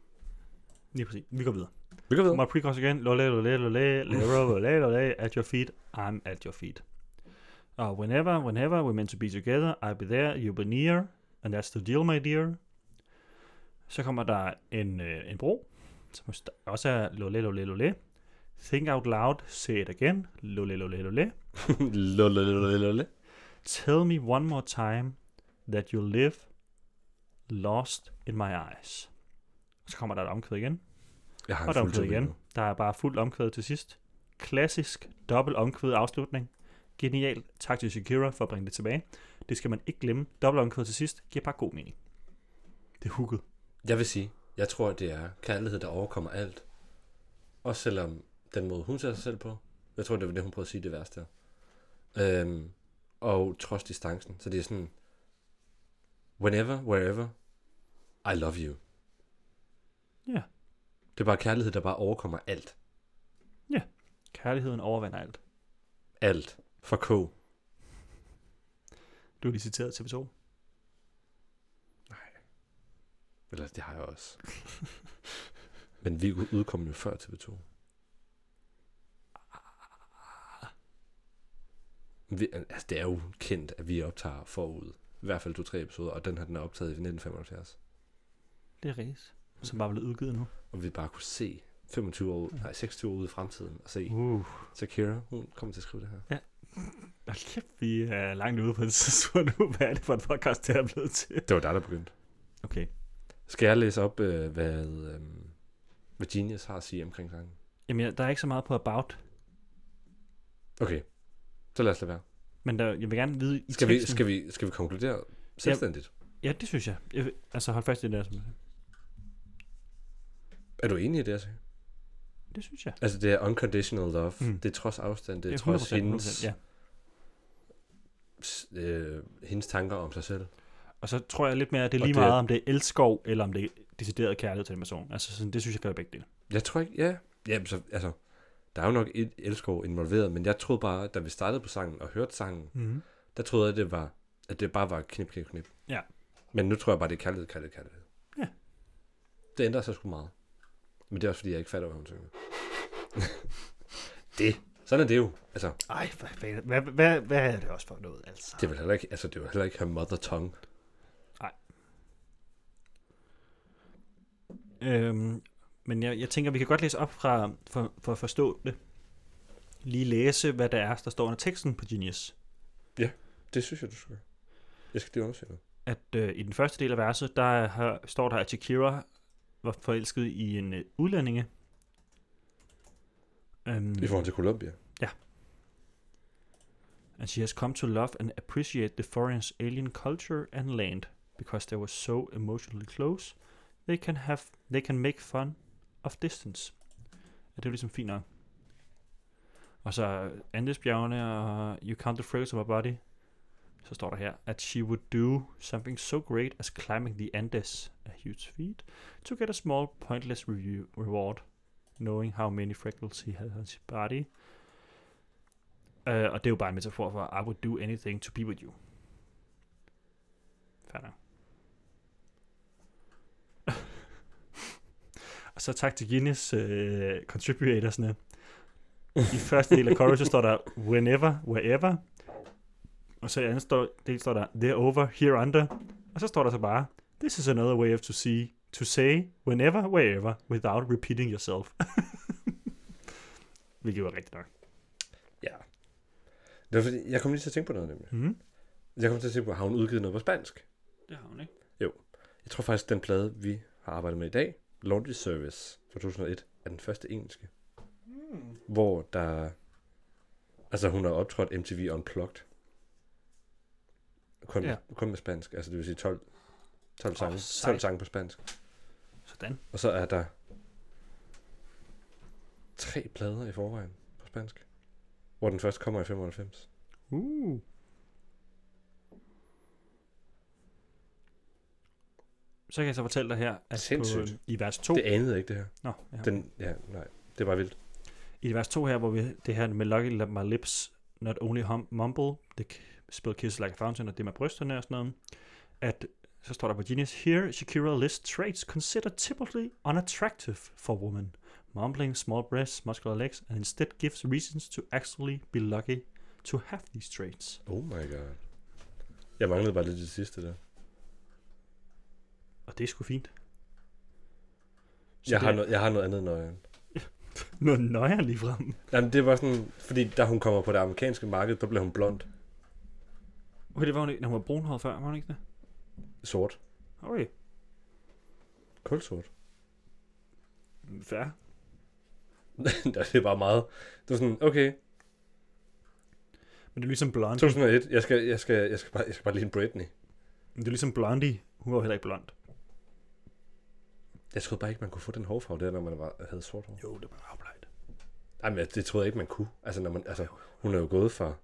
C: Lige præcis. Vi går videre.
B: Vi kan
C: My precross again. Lole, lole, lole, lole, lole, lole, at your feet. I'm at your feet. Uh, whenever, whenever we're meant to be together, I'll be there, you'll be near, and that's the deal, my dear. Så kommer der en, øh, en bro, som st- også er lole, lole, lole. Think out loud, say it again. Lole, lole, lole.
B: Lololololole.
C: Tell me one more time that you live lost in my eyes. Så kommer der et omkvæd igen.
B: Jeg har
C: Og der er
B: en
C: omkvæd
B: fuldtid
C: igen.
B: igen.
C: Der er bare fuldt omkvæd til sidst. Klassisk dobbelt omkvæd afslutning. Genial tak til Shakira for at bringe det tilbage. Det skal man ikke glemme. Dobbelt omkvæd til sidst giver bare god mening. Det er hooket.
B: Jeg vil sige, jeg tror, det er kærlighed, der overkommer alt. Også selvom den måde, hun ser sig selv på. Jeg tror, det var det, hun prøvede at sige det værste. her. Øhm, og trods distancen. Så det er sådan, whenever, wherever, I love you.
C: Ja.
B: Det er bare kærlighed, der bare overkommer alt.
C: Kærligheden overvinder alt.
B: Alt. For K.
C: Du er lige citeret til TV2.
B: Eller det har jeg også. Men vi udkom jo før TV2. Vi, altså, det er jo kendt, at vi optager forud. I hvert fald to-tre episoder, og den her den er optaget i 1975.
C: Det er Ries. Som bare er blevet udgivet nu.
B: Og vi bare kunne se 25 år, nej, 26 år ude i fremtiden og se.
C: Uh.
B: Shakira, hun kommer til at skrive det her.
C: Hold kæft, vi er langt ude på en censur nu. Hvad er det for en podcast, det er blevet til?
B: Det var dig, der begyndte.
C: Okay.
B: Skal jeg læse op, øh, hvad, øh, hvad Genius har at sige omkring sangen?
C: Jamen, jeg- der er ikke så meget på About,
B: Okay, så lad os lade være.
C: men der, jeg vil gerne vide... I
B: Skal vi,
C: teksten-
B: skal vi, skal vi konkludere selvstændigt?
C: Ja, det synes jeg. jeg vil- altså, hold fast i det der. som-
B: Er du enig i det, altså?
C: Det synes jeg.
B: Altså, det er unconditional love.
C: Mm.
B: Mm. Det er trods afstand. Det er,
C: Ja,
B: det er trods
C: 100%,
B: hendes,
C: 100%, ja.
B: s- øh, hendes tanker om sig selv.
C: Og så tror jeg lidt mere, at det er
B: Og
C: lige
B: det er-
C: meget, om det er elskov, eller om det er decideret kærlighed til en person. Altså, sådan, det synes jeg gør begge dele.
B: Jeg tror ikke, ja. Jamen, så, altså, der er jo nok et elskov involveret, men jeg troede bare, da vi startede på sangen og hørte sangen,
C: Mm-hmm.
B: der troede jeg, det var, at det bare var knip, knip, knip.
C: Ja.
B: Men nu tror jeg bare, det er kærlighed, kærlighed, kærlighed.
C: Ja.
B: Det ændrer sig sgu meget. Men det er også, fordi jeg ikke fatter, hvad hun synger. det. Sådan er det jo. Altså,
D: Ej, hvad, fanden- hvad, hvad, hvad er det også for noget, altså?
B: det var heller ikke, altså, det var heller ikke her mother tongue.
C: Øhm, men jeg, jeg tænker, vi kan godt læse op fra, for, for at forstå det. Lige læse, hvad der er, der står under teksten på Genius.
B: Det synes jeg, du skal. Jeg skal lige undersøge det.
C: at øh, i den første del af verset, der har, står der, at Shakira var forelsket i en øh, udlændinge. Um,
B: I forhold til Colombia.
C: And she has come to love and appreciate the foreign's alien culture and land, because they were so emotionally close, they can have, they can make fun of distance. Og det er jo ligesom fint nok. Og så uh, Andesbjergene og You Count the Fragrance of My Body, så står der her, at she would do something so great as climbing the Andes, a huge feat, to get a small pointless review, reward, knowing how many freckles he had on his body. Uh, og det er jo bare en metafor for, I would do anything to be with you. Færdig. og så tak til Guinness uh, contributorsne. I første del af chorus, så står der whenever, wherever. Og så i anden står, del står der they're over, here under. Og så står der så bare, this is another way of to see, to say whenever, wherever, without repeating yourself. Hvilket var rigtigt nok.
B: Ja. Det var, fordi, jeg kom lige til at tænke på noget nemlig.
C: Mm.
B: Jeg kom til at tænke på, har hun udgivet noget på spansk?
C: Det har hun ikke.
B: Jeg tror faktisk, den plade, vi har arbejdet med i dag, Laundry Service fra 2001, er den første engelske. Mm. Hvor der... Altså, hun har optrådt MTV Unplugged. Kun,
C: Ja.
B: ja. kun med spansk. Altså, det vil sige 12, 12,
C: Åh,
B: sange, 12
C: sejt.
B: sange på spansk.
C: Sådan.
B: Og så er der tre plader i forvejen på spansk. Hvor den første kommer i 95.
C: Uh. Så kan jeg så fortælle dig her, at på,
B: Sindssygt.
C: øh, i vers 2...
B: Det anede jeg ikke, det her.
C: Nå, ja.
B: Den, ja, nej. Det var vildt.
C: I vers 2 her, hvor vi det her med Lucky Let My Lips Not Only hum, Mumble, det k- spil Kiss Like a Fountain og det med brysterne og sådan noget, at så står der på Genius, Here Shakira lists traits considered typically unattractive for women. Mumbling, small breasts, muscular legs, and instead gives reasons to actually be lucky to have these traits.
B: Oh my god. Jeg manglede bare lidt det sidste der.
C: Og det er sgu fint. Så
B: Jeg
C: det
B: har,
C: er-
B: noget, jeg har noget andet nøje.
C: Noget nøjer lige frem.
B: Jamen, det var sådan, fordi da hun kommer på det amerikanske marked, der blev hun blond.
C: Okay, det var hun ikke. Hun var brunhåret før, var hun ikke det?
B: Sort.
C: Okay,
B: Kulsort.
C: fair.
B: Der det er bare meget. Det var sådan, okay,
C: Men det er ligesom Blondie.
B: 2001, jeg skal, jeg skal, jeg skal, bare, jeg skal bare lige en Britney.
C: Men det er ligesom Blondie. Hun var jo heller ikke blond.
B: Jeg troede bare ikke, man kunne få den hårfarve der, når man var, havde sort hår.
C: Jo, det var afbleget.
B: Ej, men jeg- det troede jeg ikke, man kunne. Altså, når man, altså hun er jo gået fra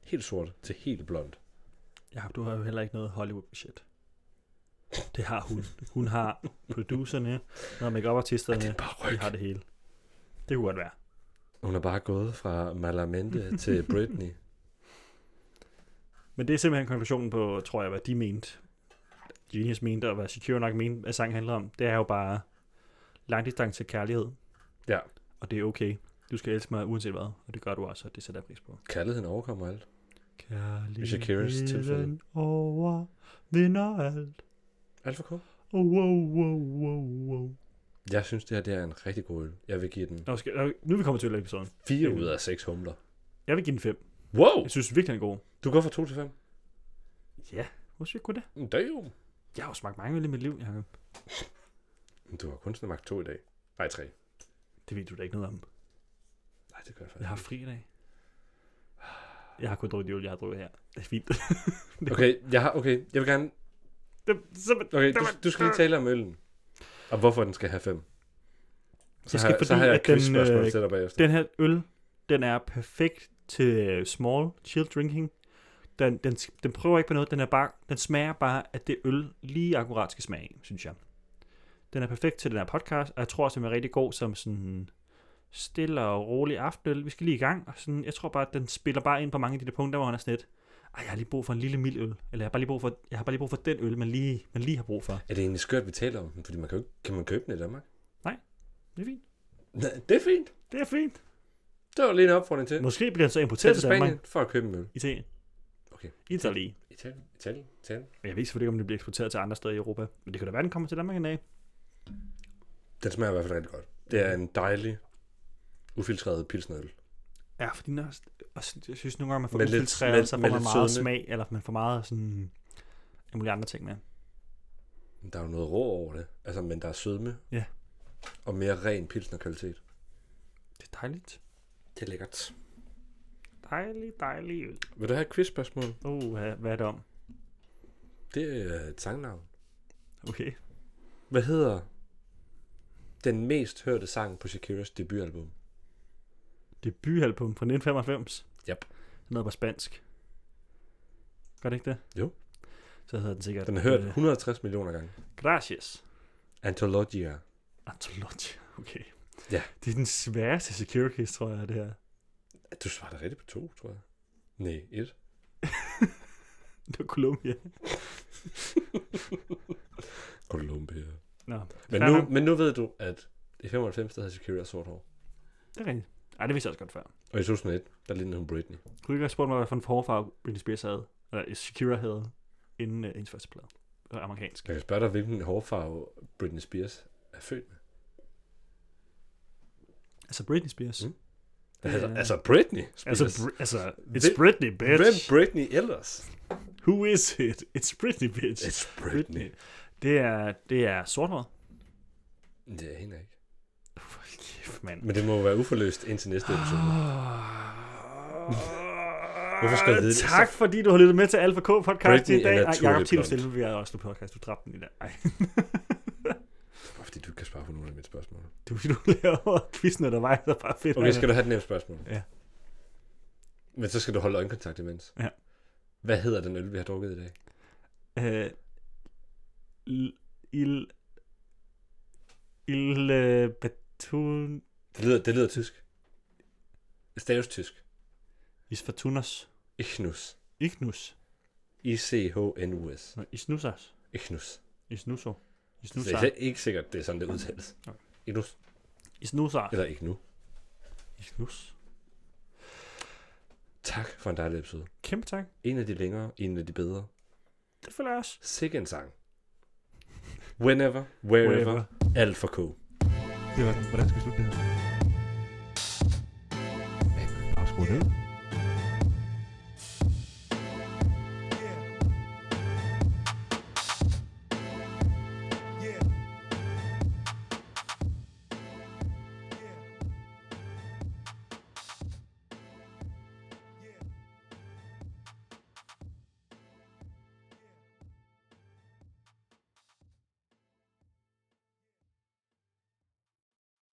B: helt sort til helt blond.
C: Ja, du har jo heller ikke noget Hollywood-budget. Det har hun. Hun har producerne, og make
B: Ej, det
C: artisterne
B: er bare
C: De
B: ryg.
C: har det hele. Det kunne godt være.
B: Hun er bare gået fra Malamente til Britney.
C: Men det er simpelthen konklusionen på, tror jeg, hvad de mente. Genius mente, og hvad Secure nok mente, at sangen handler om. Det er jo bare langdistance til kærlighed.
B: Ja.
C: Og det er okay. Du skal elske mig uanset hvad, og det gør du også, og det sætter jeg pris på.
B: Kærligheden overkommer alt.
C: Kærligheden
B: Shakiras tilfælde.
C: over vinder alt.
B: Alt for kort.
C: Oh, oh, oh, oh, oh.
B: Jeg synes, det her det er en rigtig god øl. Jeg vil give den
C: Nå, skal, nå, nu er vi kommet til episoden.
B: 4 ud af 6 humler.
C: Jeg vil give den 5.
B: Wow!
C: Jeg synes virkelig, den er god.
B: Du går fra 2 til 5.
C: Ja, hvor synes jeg kunne det?
B: Mm, Damn!
C: Jeg har jo smagt mange øl i mit liv, Jacob.
B: Du har kun smagt 2 i dag. Nej, 3.
C: Det ved du da ikke noget om.
B: Nej, det gør jeg faktisk.
C: Jeg har fri i dag. Jeg har kun drukket de øl, jeg har drukket her. Det er fint.
B: ikke. Okay, jeg, har, okay, jeg vil gerne...
C: det, så,
B: Okay, du, du skal lige tale om øllen. Og hvorfor den skal have 5. Så,
C: Jeg
B: har,
C: skal, fordi,
B: så har jeg et
C: at den,
B: quizspørgsmål
C: øh,
B: til dig bagefter.
C: Den her øl, den er perfekt til øh, small, chill drinking. Den, den, den prøver ikke på noget, den, er bare, den smager bare, at det øl lige akkurat skal smage, af, synes jeg. Den er perfekt til den her podcast, og jeg tror også, den er rigtig god som sådan stille og rolig aftenøl. Vi skal lige i gang, og sådan, jeg tror bare, at den spiller bare ind på mange af de der punkter, hvor han er sådan lidt, ej, jeg har lige brug for en lille mild øl, eller jeg har bare lige brug for, jeg har bare lige brug for den øl, man lige, man lige har brug for.
B: Er det egentlig skørt, vi taler om den? Fordi man kan, jo ikke, kan man købe den i Danmark?
C: Det er fint.
B: Nej, det er fint.
C: Det er fint.
B: Det var lige en opfordring til.
C: Måske bliver den så
B: Tag
C: importeret
B: til
C: til Danmark.
B: Spanien for at købe en øl.
C: Italien.
B: Okay.
C: Italien.
B: Italien, Italien, Italien.
C: Men Jeg ved selvfølgelig ikke, om det bliver eksporteret til andre steder i Europa. Men det kan da være, den kommer til Danmark en dag.
B: Den smager i hvert fald rigtig godt. Det er en dejlig, ufiltreret pilsnerøl.
C: Ja, fordi den er også, også, jeg synes nogle gange, man får
B: Med lidt- med-
C: ufiltreret, så får
B: med
C: man meget
B: lidt sødme.
C: smag, eller man får meget sådan alle mulige andre ting med.
B: Der er jo noget rå over det, altså, men der er sødme.
C: Ja.
B: Og mere ren pilsnerkvalitet.
C: Det er dejligt.
B: Det er lækkert.
C: Dejlig, dejlig øl.
B: Vil du have et quizspørgsmål?
C: Uh, hvad, hvad er det om?
B: Det er et sangnavn.
C: Okay.
B: Hvad hedder den mest hørte sang på Shakiras debutalbum?
C: Debutalbum fra 1995.
B: Yep.
C: Den hedder på spansk. Gør det ikke det?
B: Jo.
C: Så hedder den sikkert...
B: Den er hørt
C: øh,
B: 160 millioner gange.
C: Gracias.
B: Antologia.
C: Antologia. Okay.
B: Ja.
C: Det er den sværeste security, tror jeg, det her.
B: Du svarede rigtigt på to, tror jeg. Nej, et.
C: Det var Colombia.
B: Columbia.
C: Nå,
B: Men
C: fair nok.
B: nu, men nu ved du, at i 95 der havde Shakira sort hår.
C: Det er rigtigt. Ej, det vidste jeg også godt før.
B: Og i 2001, der lignede hun Britney.
C: Kunne du ikke have spurgt mig, hvad for en forfarve Britney Spears havde, eller Shakira havde, inden uh, hendes første plade? Det var amerikansk.
B: Jeg kan spørge dig, hvilken hårfarve Britney Spears er født med.
C: Altså Britney Spears.
B: Mm.
C: Mm.
B: Altså,
C: Øh.
B: altså Britney Spears.
C: Altså, br- altså, it's
B: Hvem-
C: Britney, bitch.
B: Hvem Britney ellers?
C: Who is it? It's Britney, bitch.
B: It's Britney.
C: Det er, det er sorthåret.
B: Det er hende ikke.
C: Fuck, kæft, mand.
B: Men det må jo være uforløst indtil næste episode.
C: Ah.
B: Hvorfor
C: Hvorfor
B: skal jeg vide det?
C: Ah. Tak, fordi du har lyttet med til Alpha K podcast
B: Britney
C: i dag.
B: er
C: Ej, Jacob
B: naturligt
C: Thiel
B: blond.
C: stille, vi er også på podcast. Du dræbte den i dag. Ej,
B: Bare fordi du ikke kan svare på nogle af mine spørgsmål.
C: du, du laver quizzen undervejs, der bare fedt.
B: Okay, skal du have et nemt spørgsmål?
C: Ja.
B: Men så skal du holde øjenkontakt imens.
C: Ja.
B: Hvad hedder den øl, vi har drukket i dag?
C: Øh, il, il, il, øh, batun,
B: Det lyder, det lyder tysk. Det Staves tysk.
C: is fortunas,
B: Ichnus.
C: ignus,
B: I-C-H-N-U-S.
C: Nå, isnusas,
B: Ichnus.
C: isnuso,
B: Det er
C: isnusar,
B: slet ikke sikkert, det er sådan, det udtales.
C: Okay.
B: Ichnus.
C: isnusar,
B: Eller ikke nu.
C: isnus.
B: Tak for en dejlig episode.
C: Kæmpe tak.
B: En af de længere, en af de bedre.
C: Det føler jeg også.
B: Sikke en sang. Whenever, wherever, wherever. alt for K.
E: Det var, hvordan skal vi slutte det her? Hvad? Bare skru ned.